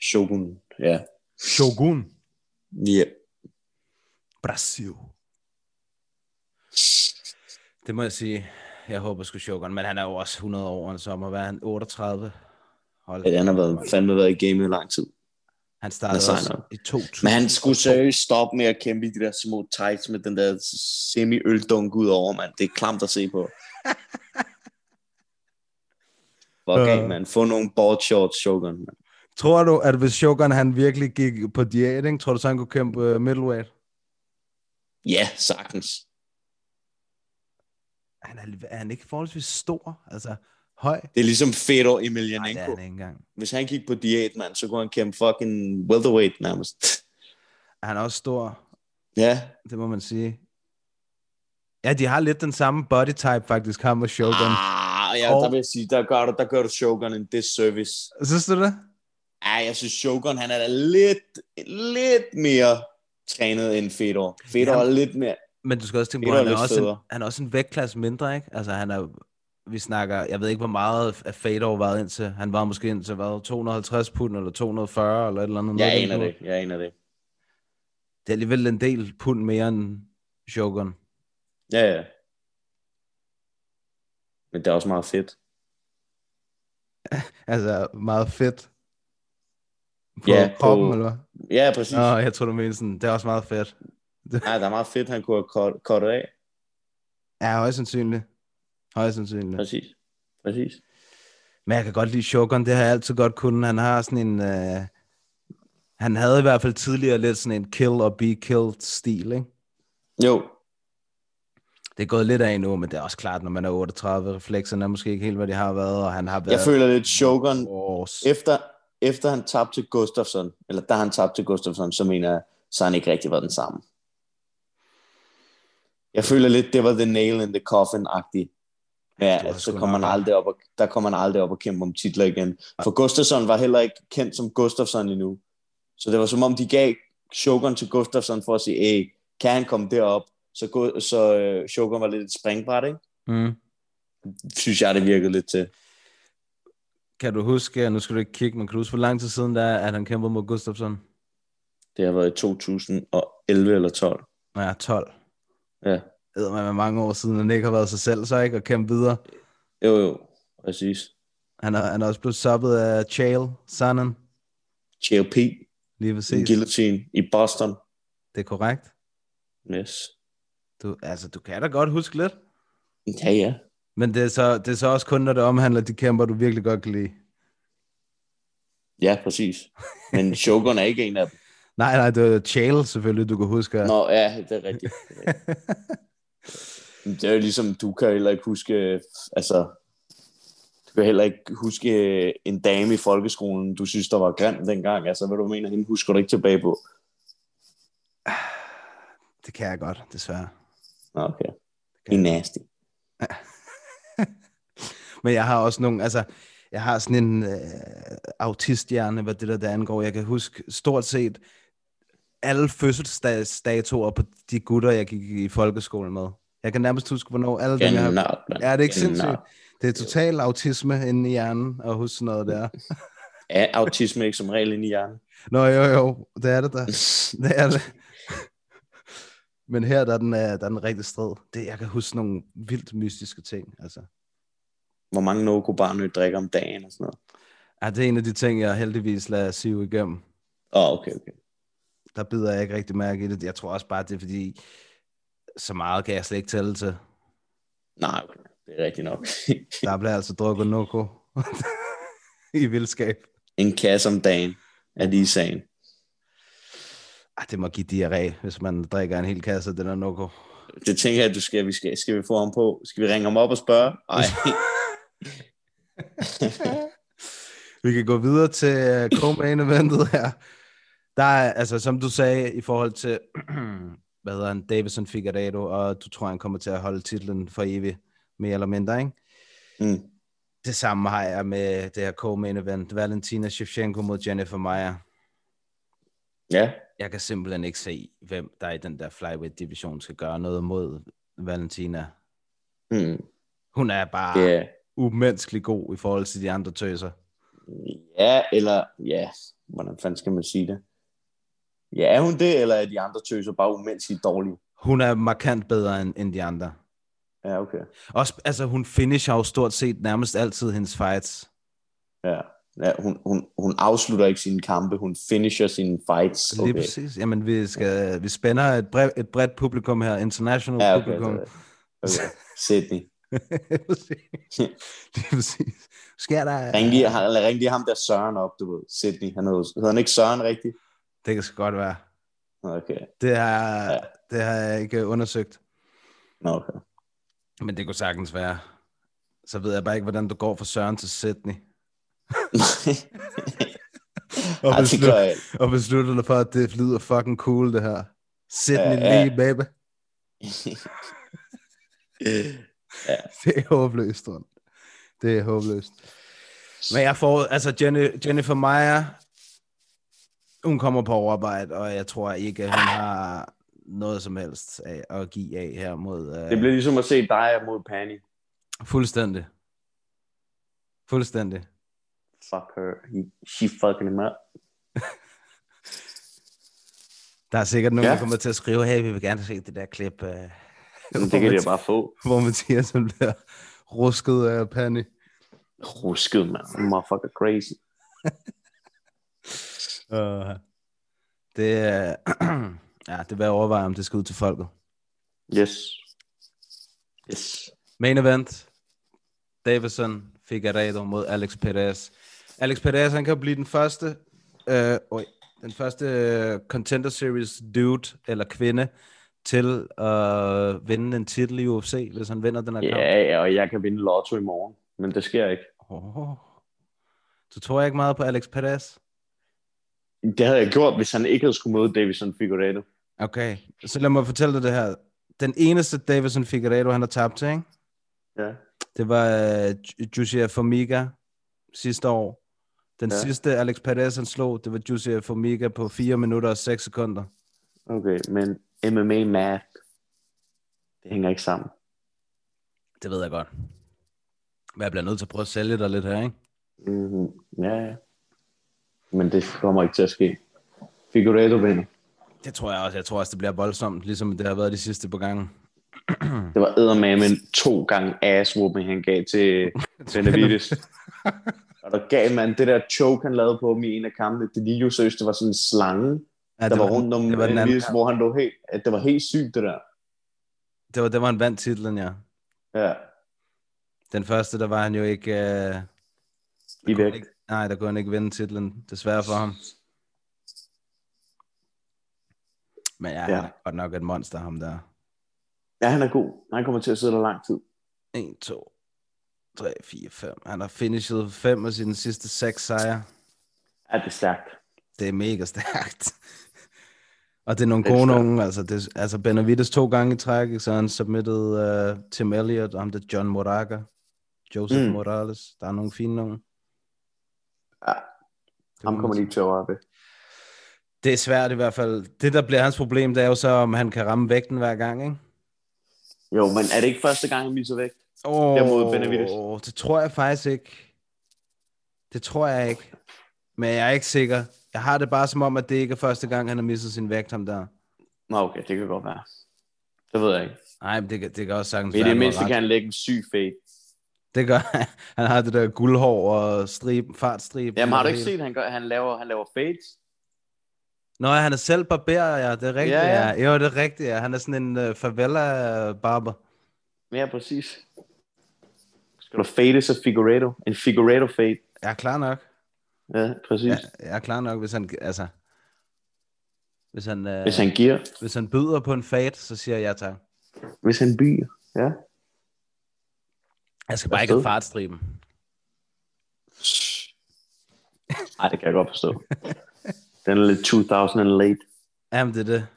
[SPEAKER 8] Shogun, ja.
[SPEAKER 7] Shogun.
[SPEAKER 8] Ja.
[SPEAKER 7] Brasil. Det må jeg sige. Jeg håber sgu Shogun, men han er jo også 100 år, han sommer. Hvad er han? 38? Hold.
[SPEAKER 8] Yeah. Han har været, fandme været i gamet i lang tid.
[SPEAKER 7] Han startede
[SPEAKER 8] Han er sej
[SPEAKER 7] også
[SPEAKER 8] nok.
[SPEAKER 7] i 2000.
[SPEAKER 8] Men han skulle seriøst stoppe med at kæmpe i de der små tights med den der semi-øldunk ud over, mand. Det er klamt at se på. Fuck
[SPEAKER 7] Ja.
[SPEAKER 8] af, mand. Få nogle board shorts, Shogun, mand.
[SPEAKER 7] Tror du, at hvis Shogun han virkelig gik på diæt, ikke? tror du så, han kunne kæmpe øh, middleweight?
[SPEAKER 8] Ja, sagtens.
[SPEAKER 7] Han er, er han ikke forholdsvis stor? Altså, høj?
[SPEAKER 8] Det er ligesom Fedor
[SPEAKER 7] Nej, det er
[SPEAKER 8] Emelianenko.
[SPEAKER 7] han ikke engang.
[SPEAKER 8] Hvis han gik på diæt, mand, så kunne han kæmpe fucking welterweight nærmest.
[SPEAKER 7] Han er også stor.
[SPEAKER 8] ja.
[SPEAKER 7] Det må man sige. Ja, de har lidt den samme body type faktisk, ham og Shogun. Ah.
[SPEAKER 8] Ah, ja,
[SPEAKER 7] Og-
[SPEAKER 8] der vil jeg sige, der gør du, der gør du Shogun en disservice.
[SPEAKER 7] Synes du det?
[SPEAKER 8] Ja, jeg synes Shogun, han er da lidt, lidt mere trænet end Fedor. Fedor
[SPEAKER 7] Ja.
[SPEAKER 8] er lidt mere...
[SPEAKER 7] Men du skal også tænke på,
[SPEAKER 8] Peter er
[SPEAKER 7] han er
[SPEAKER 8] lidt
[SPEAKER 7] også, en,
[SPEAKER 8] federe.
[SPEAKER 7] han er også en vægtklasse mindre, ikke? Altså han er, vi snakker, jeg ved ikke, hvor meget af Fedor var indtil. Han var måske indtil, hvad, 250 pund, eller 240, eller et eller andet.
[SPEAKER 8] Jeg
[SPEAKER 7] Noget,
[SPEAKER 8] aner
[SPEAKER 7] den
[SPEAKER 8] det,
[SPEAKER 7] dur.
[SPEAKER 8] jeg aner det.
[SPEAKER 7] Det er alligevel en del pund mere end Shogun.
[SPEAKER 8] Ja, ja. Men det er også meget fedt.
[SPEAKER 7] Altså meget fedt. På
[SPEAKER 8] Ja,
[SPEAKER 7] ja, kroppen,
[SPEAKER 8] på-
[SPEAKER 7] på... eller hvad?
[SPEAKER 8] Ja, præcis.
[SPEAKER 7] Nå, jeg tror, du mener sådan, det er også meget fedt.
[SPEAKER 8] Nej, der er meget fedt, han kunne have cut- cuttet af.
[SPEAKER 7] Ja, højst sandsynligt. Højst sandsynligt.
[SPEAKER 8] Præcis. Præcis.
[SPEAKER 7] Men jeg kan godt lide Shogun, det har jeg altid godt kunnet. Han har sådan en... Øh... Han havde i hvert fald tidligere lidt sådan en kill og be killed stil, ikke?
[SPEAKER 8] Jo.
[SPEAKER 7] Det er gået lidt af nu, men det er også klart, når man er 38, reflekserne er måske ikke helt, hvad de har været, og han har været...
[SPEAKER 8] Jeg føler lidt Shogun,
[SPEAKER 7] Års.
[SPEAKER 8] efter, efter han tabte til Gustafsson, eller da han tabte til Gustafsson, så mener jeg, så har han ikke rigtig været den samme. Jeg føler lidt, det var the nail in the coffin-agtigt. Ja,
[SPEAKER 7] Du har
[SPEAKER 8] at så
[SPEAKER 7] sgu
[SPEAKER 8] kommer
[SPEAKER 7] nok
[SPEAKER 8] man
[SPEAKER 7] ret.
[SPEAKER 8] aldrig op og, der kommer man aldrig op og kæmpe om titler igen. For Gustafsson var heller ikke kendt som Gustafsson endnu. Så det var som om, de gav Shogun til Gustafsson for at sige, hey, kan han komme derop? Så, Gu- så øh, Shogun var lidt et springbræt, ikke?
[SPEAKER 7] Mm.
[SPEAKER 8] Synes jeg, det virkede lidt til.
[SPEAKER 7] Kan du huske, nu skal du ikke kigge, men kan du huske, hvor lang tid siden der er, at han kæmpede mod Gustafsson?
[SPEAKER 8] Det har været i 2011 eller 12.
[SPEAKER 7] Når jeg er 12.
[SPEAKER 8] Ja.
[SPEAKER 7] Æder man med mange år siden, han ikke har været sig selv, så ikke, og kæmpe videre.
[SPEAKER 8] Jo, jo, præcis.
[SPEAKER 7] Han er, han er også blevet soppet af Chael Sonnen.
[SPEAKER 8] JLP,
[SPEAKER 7] Lige præcis.
[SPEAKER 8] Guillotine i Boston.
[SPEAKER 7] Det er korrekt.
[SPEAKER 8] Yes.
[SPEAKER 7] Du, altså, du kan da godt huske lidt.
[SPEAKER 8] Ja, ja.
[SPEAKER 7] Men det er, så, det er så også kun, når det omhandler de kæmper, du virkelig godt kan lide.
[SPEAKER 8] Ja, præcis. Men Shogun er ikke en af dem.
[SPEAKER 7] Nej, nej, det var Chael selvfølgelig, du kan huske.
[SPEAKER 8] Nå, ja, det er rigtigt. Det er rigtigt. Men Det er jo ligesom, du kan heller ikke huske, altså, du kan heller ikke huske øh, en dame i folkeskolen, du synes, der var grim dengang. Altså, hvad du mener, hende husker du ikke tilbage på.
[SPEAKER 7] Det kan jeg godt, desværre.
[SPEAKER 8] Nå, okay. Det er nasty.
[SPEAKER 7] Men jeg har også nogle, altså, jeg har sådan en øh, autisthjerne, hvad det der, der angår. Jeg kan huske stort set alle fødselsdatoer på de gutter, jeg gik i folkeskolen med. Jeg kan nærmest huske, hvornår alle dem, jeg har...
[SPEAKER 8] Genart, mand.
[SPEAKER 7] Ja, det er ikke
[SPEAKER 8] Genart.
[SPEAKER 7] sindssygt. Det er total autisme inde i hjernen og huske sådan noget der.
[SPEAKER 8] Er autisme ikke som regel inde i hjernen?
[SPEAKER 7] Nå jo jo, det er det der. Det er det. Men her der er den, øh, der er den rigtig strid. Det, jeg kan huske nogle vildt mystiske ting. Altså.
[SPEAKER 8] Hvor mange narkobarnø drikker om dagen og sådan noget?
[SPEAKER 7] Ja, det er en af de ting, jeg heldigvis lader sive igennem.
[SPEAKER 8] Åh, oh, okay, okay.
[SPEAKER 7] Der bider jeg ikke rigtig mærke i det. Jeg tror også bare, det er fordi, så meget kan jeg slet ikke tælle til.
[SPEAKER 8] Nej, okay. Det er rigtigt nok.
[SPEAKER 7] Der bliver altså drukket noko i vildskab.
[SPEAKER 8] en kasse om dagen er lige sagen.
[SPEAKER 7] Ah, det må give diarré, hvis man drikker en hel kasse af den her noko.
[SPEAKER 8] Det tænker jeg, at du skal, vi skal, skal vi få ham på? Skal vi ringe ham op og spørge? Nej,
[SPEAKER 7] Vi kan gå videre til øh, co-main eventet her. Der er, altså, som du sagde, i forhold til, hvad hedder han, Davison Figueiredo, og du tror, han kommer til at holde titlen for evigt, mere eller mindre, ikke?
[SPEAKER 8] Mm.
[SPEAKER 7] Det samme har jeg med det her co-main event, Valentina Shevchenko mod Jennifer Meyer.
[SPEAKER 8] ja.
[SPEAKER 7] Jeg kan simpelthen ikke se, hvem der i den der flyweight-division skal gøre noget mod Valentina.
[SPEAKER 8] Mm.
[SPEAKER 7] Hun er bare yeah.
[SPEAKER 8] Ja.
[SPEAKER 7] umenneskelig god i forhold til de andre tøser.
[SPEAKER 8] ja, eller ja, hvordan fanden skal man sige det? Ja, er hun det, eller er de andre tøser bare umenneskeligt dårlige?
[SPEAKER 7] Hun er markant bedre end, end de andre.
[SPEAKER 8] Ja, okay.
[SPEAKER 7] Også, altså, hun finisher jo stort set nærmest altid hendes fights.
[SPEAKER 8] Ja. Ja, hun, hun, hun afslutter ikke sine kampe, hun finisher sine fights.
[SPEAKER 7] Okay. Altså, Lige
[SPEAKER 8] Okay.
[SPEAKER 7] præcis. Jamen, vi, skal, vi spænder et, brev, et bredt publikum her, international
[SPEAKER 8] Ja, okay.
[SPEAKER 7] publikum.
[SPEAKER 8] det- okay. Sydney.
[SPEAKER 7] Præcis. Lige præcis. Sker der...
[SPEAKER 8] Ring lige, han- eller ring lige ham der Søren op, du ved. Sydney. Han hedder, hedder han ikke Søren rigtigt?
[SPEAKER 7] Det kan sgu godt være.
[SPEAKER 8] Okay.
[SPEAKER 7] Det har,
[SPEAKER 8] Ja.
[SPEAKER 7] det har jeg ikke undersøgt.
[SPEAKER 8] Nå, okay.
[SPEAKER 7] Men det kunne sagtens være. Så ved jeg bare ikke, hvordan du går fra Søren til Sydney. Og,
[SPEAKER 8] Ej, det gør jeg ikke.
[SPEAKER 7] og beslutter dig for, at det lyder fucking cool, det her. Sydney
[SPEAKER 8] Ja, ja.
[SPEAKER 7] lige, baby. Det er håbløst, Rund. Det er håbløst. Men jeg får, altså Jenny, Jennifer Meyer, hun kommer på overarbejde, og jeg tror ikke, at hun har noget som helst af at give af her mod... Øh,
[SPEAKER 8] Det bliver ligesom at se dig mod Pani.
[SPEAKER 7] Fuldstændig. Fuldstændig.
[SPEAKER 8] Fuck her. He, she fucking him up.
[SPEAKER 7] Der er sikkert nogen,
[SPEAKER 8] Ja.
[SPEAKER 7] ja. der kommer til at skrive, hey, vi vil gerne se det der klip, øh,
[SPEAKER 8] Men det kan de jo bare få.
[SPEAKER 7] hvor Mathias han bliver rusket af Panny.
[SPEAKER 8] Rusket, man. Motherfucker crazy.
[SPEAKER 7] Uh. Det, er- ja, det vil jeg overveje, om det skal ud til folket.
[SPEAKER 8] Yes. Yes.
[SPEAKER 7] Main event. Davison Figueiredo mod Alex Perez. Alex Perez, han kan blive den første, øh, oj, den første øh, Contender Series dude eller kvinde, til at vinde en titel i UFC, hvis han vinder den her kamp.
[SPEAKER 8] Ja, ja, og jeg kan vinde lotto i morgen, men det sker ikke.
[SPEAKER 7] Oh. Så tror jeg ikke meget på Alex Perez.
[SPEAKER 8] Det havde jeg gjort, hvis han ikke havde skulle møde Davison Figueiredo.
[SPEAKER 7] Okay, så lad mig fortælle dig det her. Den eneste Davison Figueiredo, han har tabt til, ikke?
[SPEAKER 8] Ja.
[SPEAKER 7] det var øh, Ju- Jussier Formiga sidste år. Den
[SPEAKER 8] Ja.
[SPEAKER 7] ja. sidste Alex Perez, han slog, det var Jussier Formiga på 4 minutter og 6 sekunder.
[SPEAKER 8] Okay, men MMA math, det hænger ikke sammen.
[SPEAKER 7] Det ved jeg godt. Men jeg bliver nødt til at prøve at sælge dig lidt her, ikke?
[SPEAKER 8] Mm-hmm. Ja, ja. Men det kommer ikke til at ske. Figueiredo vinder.
[SPEAKER 7] Det tror jeg også. Jeg tror også, det bliver voldsomt, ligesom det har været de sidste par gange. Mm.
[SPEAKER 8] Det var eddermame en to gange ass han gav til Benavides. og der gav man det der choke, han lavede på mig i en af kampene. Det lige jo seriøst, det var sådan en slange,
[SPEAKER 7] Ja,
[SPEAKER 8] ja, der var, rundt om øh,
[SPEAKER 7] det var, den anden,
[SPEAKER 8] Benavides, hvor han lå helt... At det var helt sygt, det der.
[SPEAKER 7] det var, det var en vandt titlen, ja.
[SPEAKER 8] Ja,
[SPEAKER 7] Den første, der var han jo ikke... Øh,
[SPEAKER 8] i
[SPEAKER 7] kunne
[SPEAKER 8] væk.
[SPEAKER 7] han ikke nej, der kunne han ikke vinde titlen, desværre for ham. Men ja, ja.
[SPEAKER 8] Ja.
[SPEAKER 7] han er godt nok et monster, ham der.
[SPEAKER 8] Ja, han er god. Han kommer til at sidde der lang tid.
[SPEAKER 7] 1, 2, 3, 4, 5. Han har finishet 5 af sine sidste 6 sejre.
[SPEAKER 8] Ja, det er stærkt.
[SPEAKER 7] Det er mega stærkt. Og det er nogle
[SPEAKER 8] Det er
[SPEAKER 7] gode
[SPEAKER 8] stærkt.
[SPEAKER 7] nogen. Altså, det, altså Benavides to gange i træk, ikke? så har han submitted uh, Tim Elliott, og ham der John Moraga, Joseph mm.
[SPEAKER 8] Mm.
[SPEAKER 7] Morales. Der er nogle fine nogen.
[SPEAKER 8] Ja, ham kommer de ikke til at røre ved.
[SPEAKER 7] Det er svært i hvert fald. Det, der bliver hans problem, det er jo så, om han kan ramme vægten hver gang, ikke?
[SPEAKER 8] Jo, men er det ikke første gang, han viser væk?
[SPEAKER 7] Oh,
[SPEAKER 8] Der mod Benavides.
[SPEAKER 7] Det tror jeg faktisk ikke. Det tror jeg ikke. Men jeg er ikke sikker. Jeg har det bare som om, at det ikke er første gang, han har mistet sin vægt, ham der.
[SPEAKER 8] Nå, okay, det kan godt være. Det ved jeg ikke.
[SPEAKER 7] Nej, men det, kan- det kan også sagtens
[SPEAKER 8] Men i det
[SPEAKER 7] du har
[SPEAKER 8] mindste
[SPEAKER 7] ret.
[SPEAKER 8] kan han lægge en syg fade.
[SPEAKER 7] Det gør han. Han har det der guldhår og strib, fartstrib.
[SPEAKER 8] Jamen, har du ikke set, han, gør, han, laver, han laver fades?
[SPEAKER 7] Nå, han er selv barberer, ja. Det er rigtigt, ja.
[SPEAKER 8] Ja,
[SPEAKER 7] ja. Jo, det er rigtigt, ja. Han er sådan en uh, favela-barber.
[SPEAKER 8] Ja, præcis. Skal du fade så Figueredo? En Figueredo fade.
[SPEAKER 7] Jeg er klar nok.
[SPEAKER 8] Ja, præcis.
[SPEAKER 7] Jeg,
[SPEAKER 8] Ja.
[SPEAKER 7] jeg er klar nok, hvis han... Altså, hvis han, uh,
[SPEAKER 8] Hvis han giver.
[SPEAKER 7] hvis han byder på en fat, så siger jeg ja tak.
[SPEAKER 8] Hvis han byer. Ja.
[SPEAKER 7] Jeg skal bare ikke
[SPEAKER 8] Forstået.
[SPEAKER 7] have fartstriben.
[SPEAKER 8] Nej, det kan jeg godt forstå. Den er lidt 2000 and late.
[SPEAKER 7] Jamen, det er det.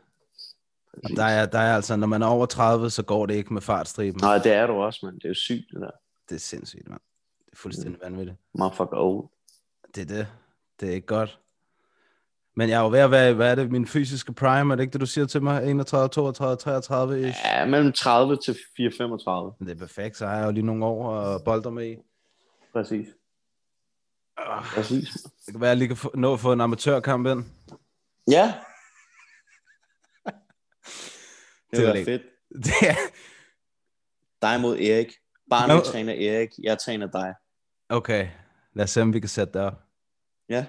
[SPEAKER 7] Og Der er, der er altså, når man er over 30, så går det ikke med fartstriben.
[SPEAKER 8] Nej, det er du også, men det er jo sygt, det der.
[SPEAKER 7] Det er sindssygt, mand. Det er
[SPEAKER 8] Mm.
[SPEAKER 7] fuldstændig vanvittigt.
[SPEAKER 8] Motherfucker old.
[SPEAKER 7] Det er det. Det er ikke godt. Men jeg er jo ved at være, hvad er det, min fysiske prime, er det ikke det, du siger til mig? 31, 32, 33 ish?
[SPEAKER 8] Ja, mellem 30 til 435.
[SPEAKER 7] Det er perfekt, så har jeg jo lige nogle år og bolder med i.
[SPEAKER 8] Præcis. Præcis.
[SPEAKER 7] Det kan være, at jeg lige kan få, nå at få en amatørkamp ind.
[SPEAKER 8] Ja. Det, det
[SPEAKER 7] Det var
[SPEAKER 8] var
[SPEAKER 7] lækkert.
[SPEAKER 8] fedt.
[SPEAKER 7] Det er,
[SPEAKER 8] Dig mod Erik. Barnet
[SPEAKER 7] Nå.
[SPEAKER 8] træner Erik. Jeg træner dig.
[SPEAKER 7] okay, lad os se, om vi kan sætte det op.
[SPEAKER 8] Ja.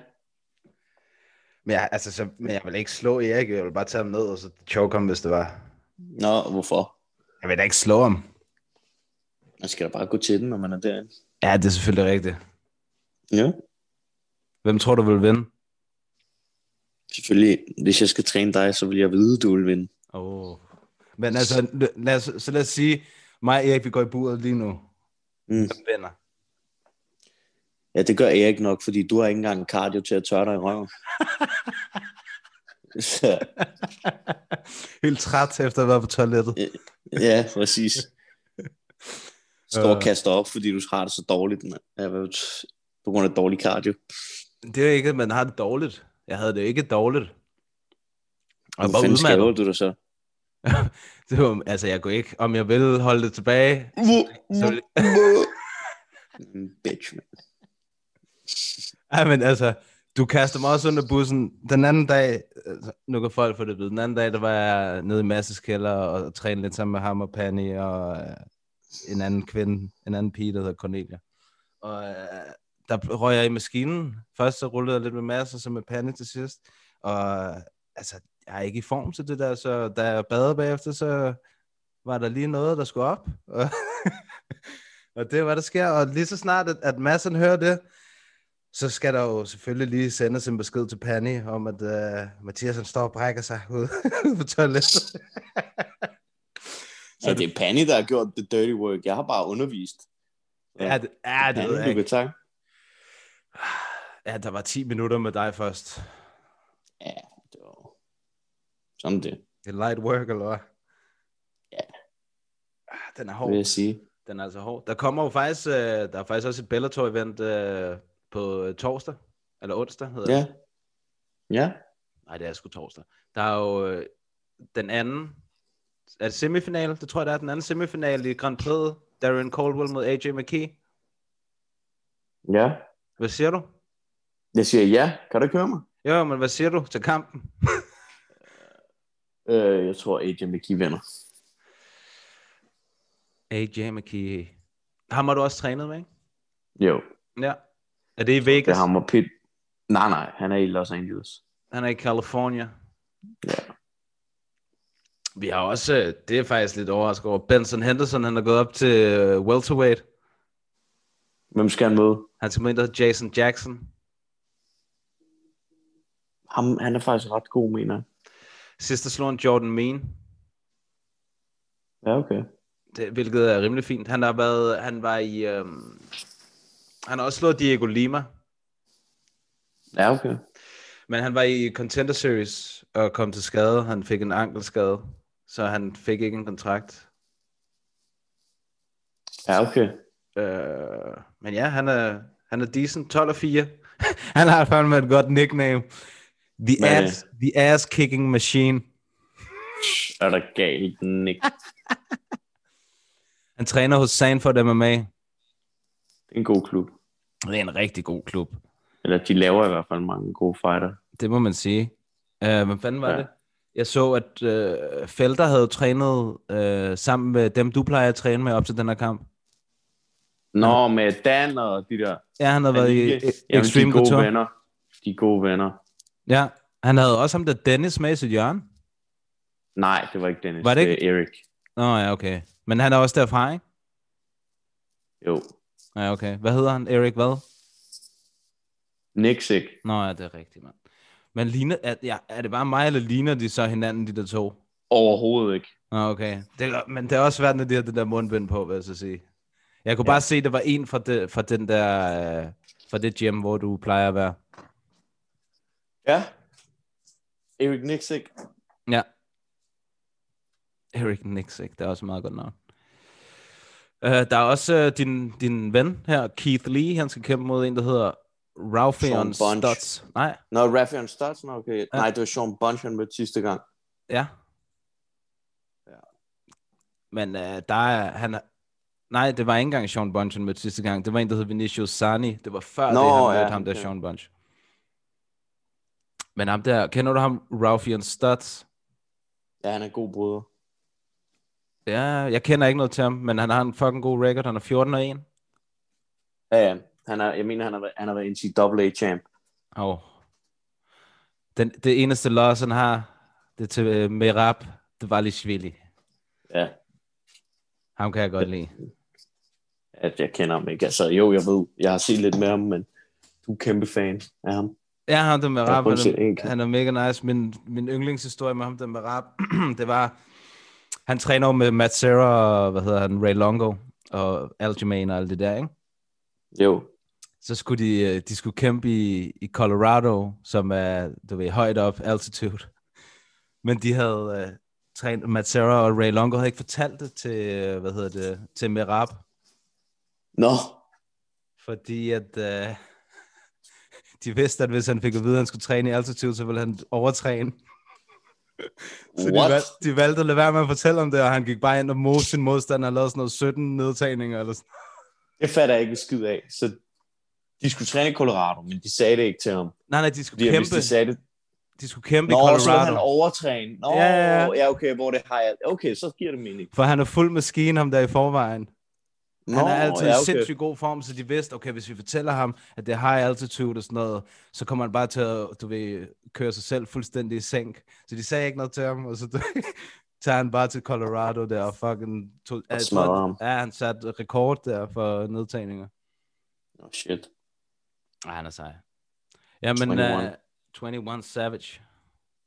[SPEAKER 7] Men jeg, altså, så, men jeg vil ikke slå Erik, jeg vil bare tage ham ned og så choke ham, hvis det var.
[SPEAKER 8] Nå, hvorfor?
[SPEAKER 7] Jeg vil da ikke slå ham.
[SPEAKER 8] Man skal da bare gå til den, når man er derinde.
[SPEAKER 7] Ja, det er selvfølgelig rigtigt.
[SPEAKER 8] Ja.
[SPEAKER 7] Hvem tror du vil vinde?
[SPEAKER 8] Selvfølgelig, hvis jeg skal træne dig, så vil jeg vide, du vil vinde.
[SPEAKER 7] Oh. Men altså, lad os, så lad os sige, mig og Erik, vi går i buret lige nu.
[SPEAKER 8] Mm.
[SPEAKER 7] Hvem vinder?
[SPEAKER 8] Ja, det gør Erik nok, fordi du har ikke engang cardio til at tørre dig i røven. Så,
[SPEAKER 7] Helt træt efter at have været på toilettet.
[SPEAKER 8] ja, præcis. Står og kaster op, fordi du har det så dårligt, mand. Ja, hvad- på grund af dårlig cardio.
[SPEAKER 7] Det er jo ikke, at man har det dårligt. Jeg havde det jo ikke dårligt. Jeg var
[SPEAKER 8] Hvor fanden skader
[SPEAKER 7] udmattet.
[SPEAKER 8] du dig så?
[SPEAKER 7] Det var, altså, jeg kunne ikke, om jeg ville holde det tilbage. Så ville,
[SPEAKER 8] Mm, Bitch, man.
[SPEAKER 7] Ej, men altså, du kaster mig også under bussen. Den anden dag, altså, nu kan folk få det at vide, den anden dag, der var jeg nede i Masses kælder og trænede lidt sammen med ham og Panny og øh, en anden kvinde, en anden pige, der hedder Cornelia. Og øh, der røg jeg i maskinen. Først så rullede jeg lidt med Mads, og så med Panny til sidst. Og øh, altså, jeg er ikke i form til det der, så da jeg badede bagefter, så var der lige noget, der skulle op. Og, og det var, der sker. Og lige så snart, at, at Madsen hører det, så skal der jo selvfølgelig lige sendes en besked øh, til Panny om, at uh, Mathias han står og brækker sig ude ude på toilettet.
[SPEAKER 8] Så ja, det er Pani, der har gjort the dirty work. Jeg har bare undervist.
[SPEAKER 7] Ja, det, ja, det
[SPEAKER 8] Pani,
[SPEAKER 7] ved jeg
[SPEAKER 8] du kan
[SPEAKER 7] ikke.
[SPEAKER 8] takke.
[SPEAKER 7] Ja, der var 10 minutter med dig først.
[SPEAKER 8] Ja, det var... Som det,
[SPEAKER 7] Det er light work, eller hvad?
[SPEAKER 8] Ja.
[SPEAKER 7] Ah, Den
[SPEAKER 8] vil
[SPEAKER 7] er hård.
[SPEAKER 8] jeg sige.
[SPEAKER 7] Den er altså hård. Der kommer jo faktisk, øh, der er faktisk også et Bellator-event øh, på øh, torsdag, eller onsdag hedder det.
[SPEAKER 8] Ja. Ja.
[SPEAKER 7] Nej, det er sgu torsdag. Der er jo øh, den anden, er det semifinale? Det tror jeg, der er den anden semifinale i Grand Prix. Darren Caldwell mod AJ McKee.
[SPEAKER 8] Ja.
[SPEAKER 7] Hvad siger du?
[SPEAKER 8] Jeg siger ja. Kan du køre mig?
[SPEAKER 7] Jo, men hvad siger du til kampen?
[SPEAKER 8] Øh, jeg tror, AJ McKee vinder.
[SPEAKER 7] AJ McKee. Ham har du også trænet med, ikke?
[SPEAKER 8] Jo,
[SPEAKER 7] Ja. Er det i
[SPEAKER 8] det
[SPEAKER 7] Vegas?
[SPEAKER 8] har mig pit. Nej, nej, han er i Los Angeles.
[SPEAKER 7] Han er i California.
[SPEAKER 8] Ja.
[SPEAKER 7] Vi har også, øh, det er faktisk lidt overrasket over, Benson Henderson, han er gået op til øh, welterweight.
[SPEAKER 8] Hvem skal han møde?
[SPEAKER 7] Han skal møde en, der hedder Jason Jackson.
[SPEAKER 8] Ham, han er faktisk ret god, mener jeg.
[SPEAKER 7] Sidste slår en Jordan Mean.
[SPEAKER 8] Ja, okay.
[SPEAKER 7] Det, hvilket er rimelig fint. Han har været, han var i, øhm, han har også slået Diego Lima,
[SPEAKER 8] Ja, okay.
[SPEAKER 7] men han var i Contender Series og kom til skade. Han fik en ankelskade, så han fik ikke en kontrakt.
[SPEAKER 8] Ja, okay.
[SPEAKER 7] Øh, men ja, han er, han er decent. 12 og 4. han har fandme et godt nickname. The,
[SPEAKER 8] Hvad er det?
[SPEAKER 7] ass, the ass kicking machine.
[SPEAKER 8] Er der galt, Nick?
[SPEAKER 7] Han træner hos Sanford MMA.
[SPEAKER 8] Det er en god klub.
[SPEAKER 7] Det er en rigtig god klub.
[SPEAKER 8] Eller de laver i hvert fald mange gode fighter.
[SPEAKER 7] Det må man sige. Uh, hvad fanden var ja.
[SPEAKER 8] Ja.
[SPEAKER 7] det? Jeg så, at øh, Felter havde trænet øh, sammen med dem, du plejer at træne med op til den her kamp.
[SPEAKER 8] Nå, med Dan og de der.
[SPEAKER 7] Ja, han havde været i
[SPEAKER 8] Anike.
[SPEAKER 7] e-
[SPEAKER 8] Jamen, de
[SPEAKER 7] Extreme
[SPEAKER 8] er gode
[SPEAKER 7] Couture.
[SPEAKER 8] venner. De er gode venner.
[SPEAKER 7] Ja, han havde også ham der Dennis med i sit hjørne.
[SPEAKER 8] Nej, det var ikke Dennis.
[SPEAKER 7] Var det
[SPEAKER 8] er Erik.
[SPEAKER 7] Nå ja, okay. Men han er også derfra, ikke?
[SPEAKER 8] Jo.
[SPEAKER 7] Ja, okay. Hvad hedder han? Erik hvad?
[SPEAKER 8] Nixik.
[SPEAKER 7] Nå ja, det er rigtigt, mand. Men ligner, er, ja, er det bare mig, eller ligner de så hinanden, de der to?
[SPEAKER 8] Overhovedet ikke.
[SPEAKER 7] Nå, okay. Det, er- men det er også svært, når de har det der mundbind på, vil jeg så sige. Jeg kunne ja. bare se, at der var en fra, det, fra den der, øh, fra det gym, hvor du plejer at være.
[SPEAKER 8] Ja. Erik Nixik.
[SPEAKER 7] Ja. Erik Nixik, det er også et meget godt navn. Uh, der er også uh, din, din ven her, Keith Lee, han skal kæmpe mod en, der hedder Ralphion
[SPEAKER 8] Sean Bunch.
[SPEAKER 7] Stutz. Nej,
[SPEAKER 8] Nå, Raffian Stutz, nå, okay. Ja. Nej, det var Sean Bunch, han mødte sidste gang.
[SPEAKER 7] ja.
[SPEAKER 8] Ja.
[SPEAKER 7] Men uh, der er, han er, Nej, det var ikke engang Sean Bunch, han mødte sidste gang. Det var en, der hed Vinicius Sani. Det var før
[SPEAKER 8] Nå,
[SPEAKER 7] det, han mødte
[SPEAKER 8] ja,
[SPEAKER 7] ham der
[SPEAKER 8] okay.
[SPEAKER 7] Sean Bunch. Men ham der, kender du ham? Ralphian Stutz?
[SPEAKER 8] Ja, han er god bryder.
[SPEAKER 7] Ja, jeg kender ikke noget til ham, men han har en fucking god record. Han er 14 og 1.
[SPEAKER 8] Ja, ja. Han er, jeg mener, han har, været- han har været NCAA-champ.
[SPEAKER 7] Oh. Den, det eneste loss, han har, det er til øh, Merab Dvalishvili.
[SPEAKER 8] Ja.
[SPEAKER 7] Ham kan jeg godt lide.
[SPEAKER 8] At jeg kender ham ikke. Altså, jo, jeg ved, jeg har set lidt med ham, men du er kæmpe fan af ham.
[SPEAKER 7] Ja, ham der
[SPEAKER 8] Jeg har
[SPEAKER 7] Merab,
[SPEAKER 8] kun set
[SPEAKER 7] han,
[SPEAKER 8] én
[SPEAKER 7] er,
[SPEAKER 8] kamp.
[SPEAKER 7] han er mega nice. Min, min yndlingshistorie med ham der Merab, det var, han træner jo med Matt Serra og, hvad hedder han, Ray Longo og Aljamain og alt det der, ikke?
[SPEAKER 8] Jo.
[SPEAKER 7] Så skulle de, øh, de skulle kæmpe i, i Colorado, som er, du ved, højt op, altitude. Men de havde øh, trænet, Matt Serra og Ray Longo havde ikke fortalt det til, øh, hvad hedder det, til Merab,
[SPEAKER 8] Nå,
[SPEAKER 7] fordi at øh, de vidste, at hvis han fik at vide, at han skulle træne i altitude, så ville han overtræne. Så de,
[SPEAKER 8] What?
[SPEAKER 7] valg, de valgte at lade være med at fortælle om det, og han gik bare ind og mod sin modstander og lavede sådan noget 17 nedtagninger. Eller sådan.
[SPEAKER 8] det fatter jeg ikke en skid af. Så de skulle træne i Colorado, men de sagde det ikke til ham.
[SPEAKER 7] Nej, nej, de skulle
[SPEAKER 8] Fordi Kæmpe. hvis
[SPEAKER 7] kæmpe,
[SPEAKER 8] de sagde det...
[SPEAKER 7] de skulle kæmpe
[SPEAKER 8] Nå,
[SPEAKER 7] i
[SPEAKER 8] så ville
[SPEAKER 7] Colorado.
[SPEAKER 8] han overtræne. Nå,
[SPEAKER 7] Ja,
[SPEAKER 8] ja,
[SPEAKER 7] ja,
[SPEAKER 8] ja.
[SPEAKER 7] ja.
[SPEAKER 8] ja okay, hvor det har jeg... Okay, så giver det mening.
[SPEAKER 7] For han er fuld maskine, ham der i forvejen.
[SPEAKER 8] Nå,
[SPEAKER 7] Han er altid i
[SPEAKER 8] ja, okay.
[SPEAKER 7] sindssygt god form, så de vidste, okay, hvis vi fortæller ham, at det er high altitude og sådan noget, så kommer han bare til at, du ved, køre sig selv fuldstændig i sænk. Så de sagde ikke noget til ham, og så tager han bare til Colorado der og fucking... Tog, jeg tror,
[SPEAKER 8] smadrer ham.
[SPEAKER 7] Ja, han satte rekord der for nedtagninger.
[SPEAKER 8] Oh, shit.
[SPEAKER 7] Nej, han er sej. Ja, men...
[SPEAKER 8] 21.
[SPEAKER 7] 21. Uh, 21 Savage.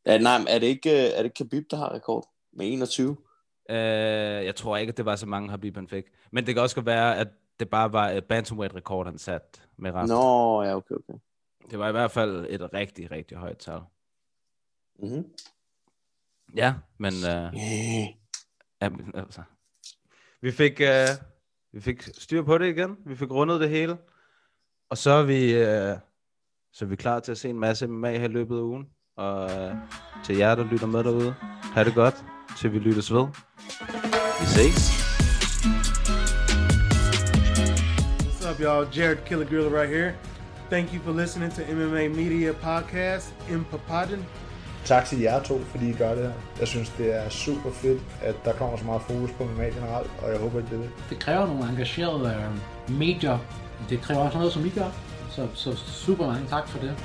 [SPEAKER 8] Ja, nej, men er det ikke, øh, er det ikke Khabib, der har rekord med 21?
[SPEAKER 7] Øh, jeg tror ikke, at det var så mange, Habib han fik. Men det kan også godt være, at det bare var et bantamweight-rekord, han satte med resten. No.
[SPEAKER 8] Nå, ja, okay, okay.
[SPEAKER 7] Det var i hvert fald et rigtig, rigtig højt tal.
[SPEAKER 8] Mm-hmm.
[SPEAKER 7] Ja, men... Øh,
[SPEAKER 8] Yeah.
[SPEAKER 7] ja, men altså. Vi fik, øh, vi fik styr på det igen. Vi fik rundet det hele. Og så er vi, øh, så er vi klar til at se en masse MMA her i løbet af ugen. Og øh, til jer, der lytter med derude, ha' det godt, til vi lyttes ved. Vi ses.
[SPEAKER 10] What's up, y'all? Jared Killigreeler right here. Thank you for listening to MMA Media Podcast in Papadon.
[SPEAKER 2] Tak til jer to, fordi I gør det her. Jeg synes, det er super fedt, at der kommer så meget fokus på MMA generelt, og jeg håber, at det er det.
[SPEAKER 11] det kræver nogle engagerede øh, medier. Det kræver også noget, som I gør. Så, så super mange tak for det.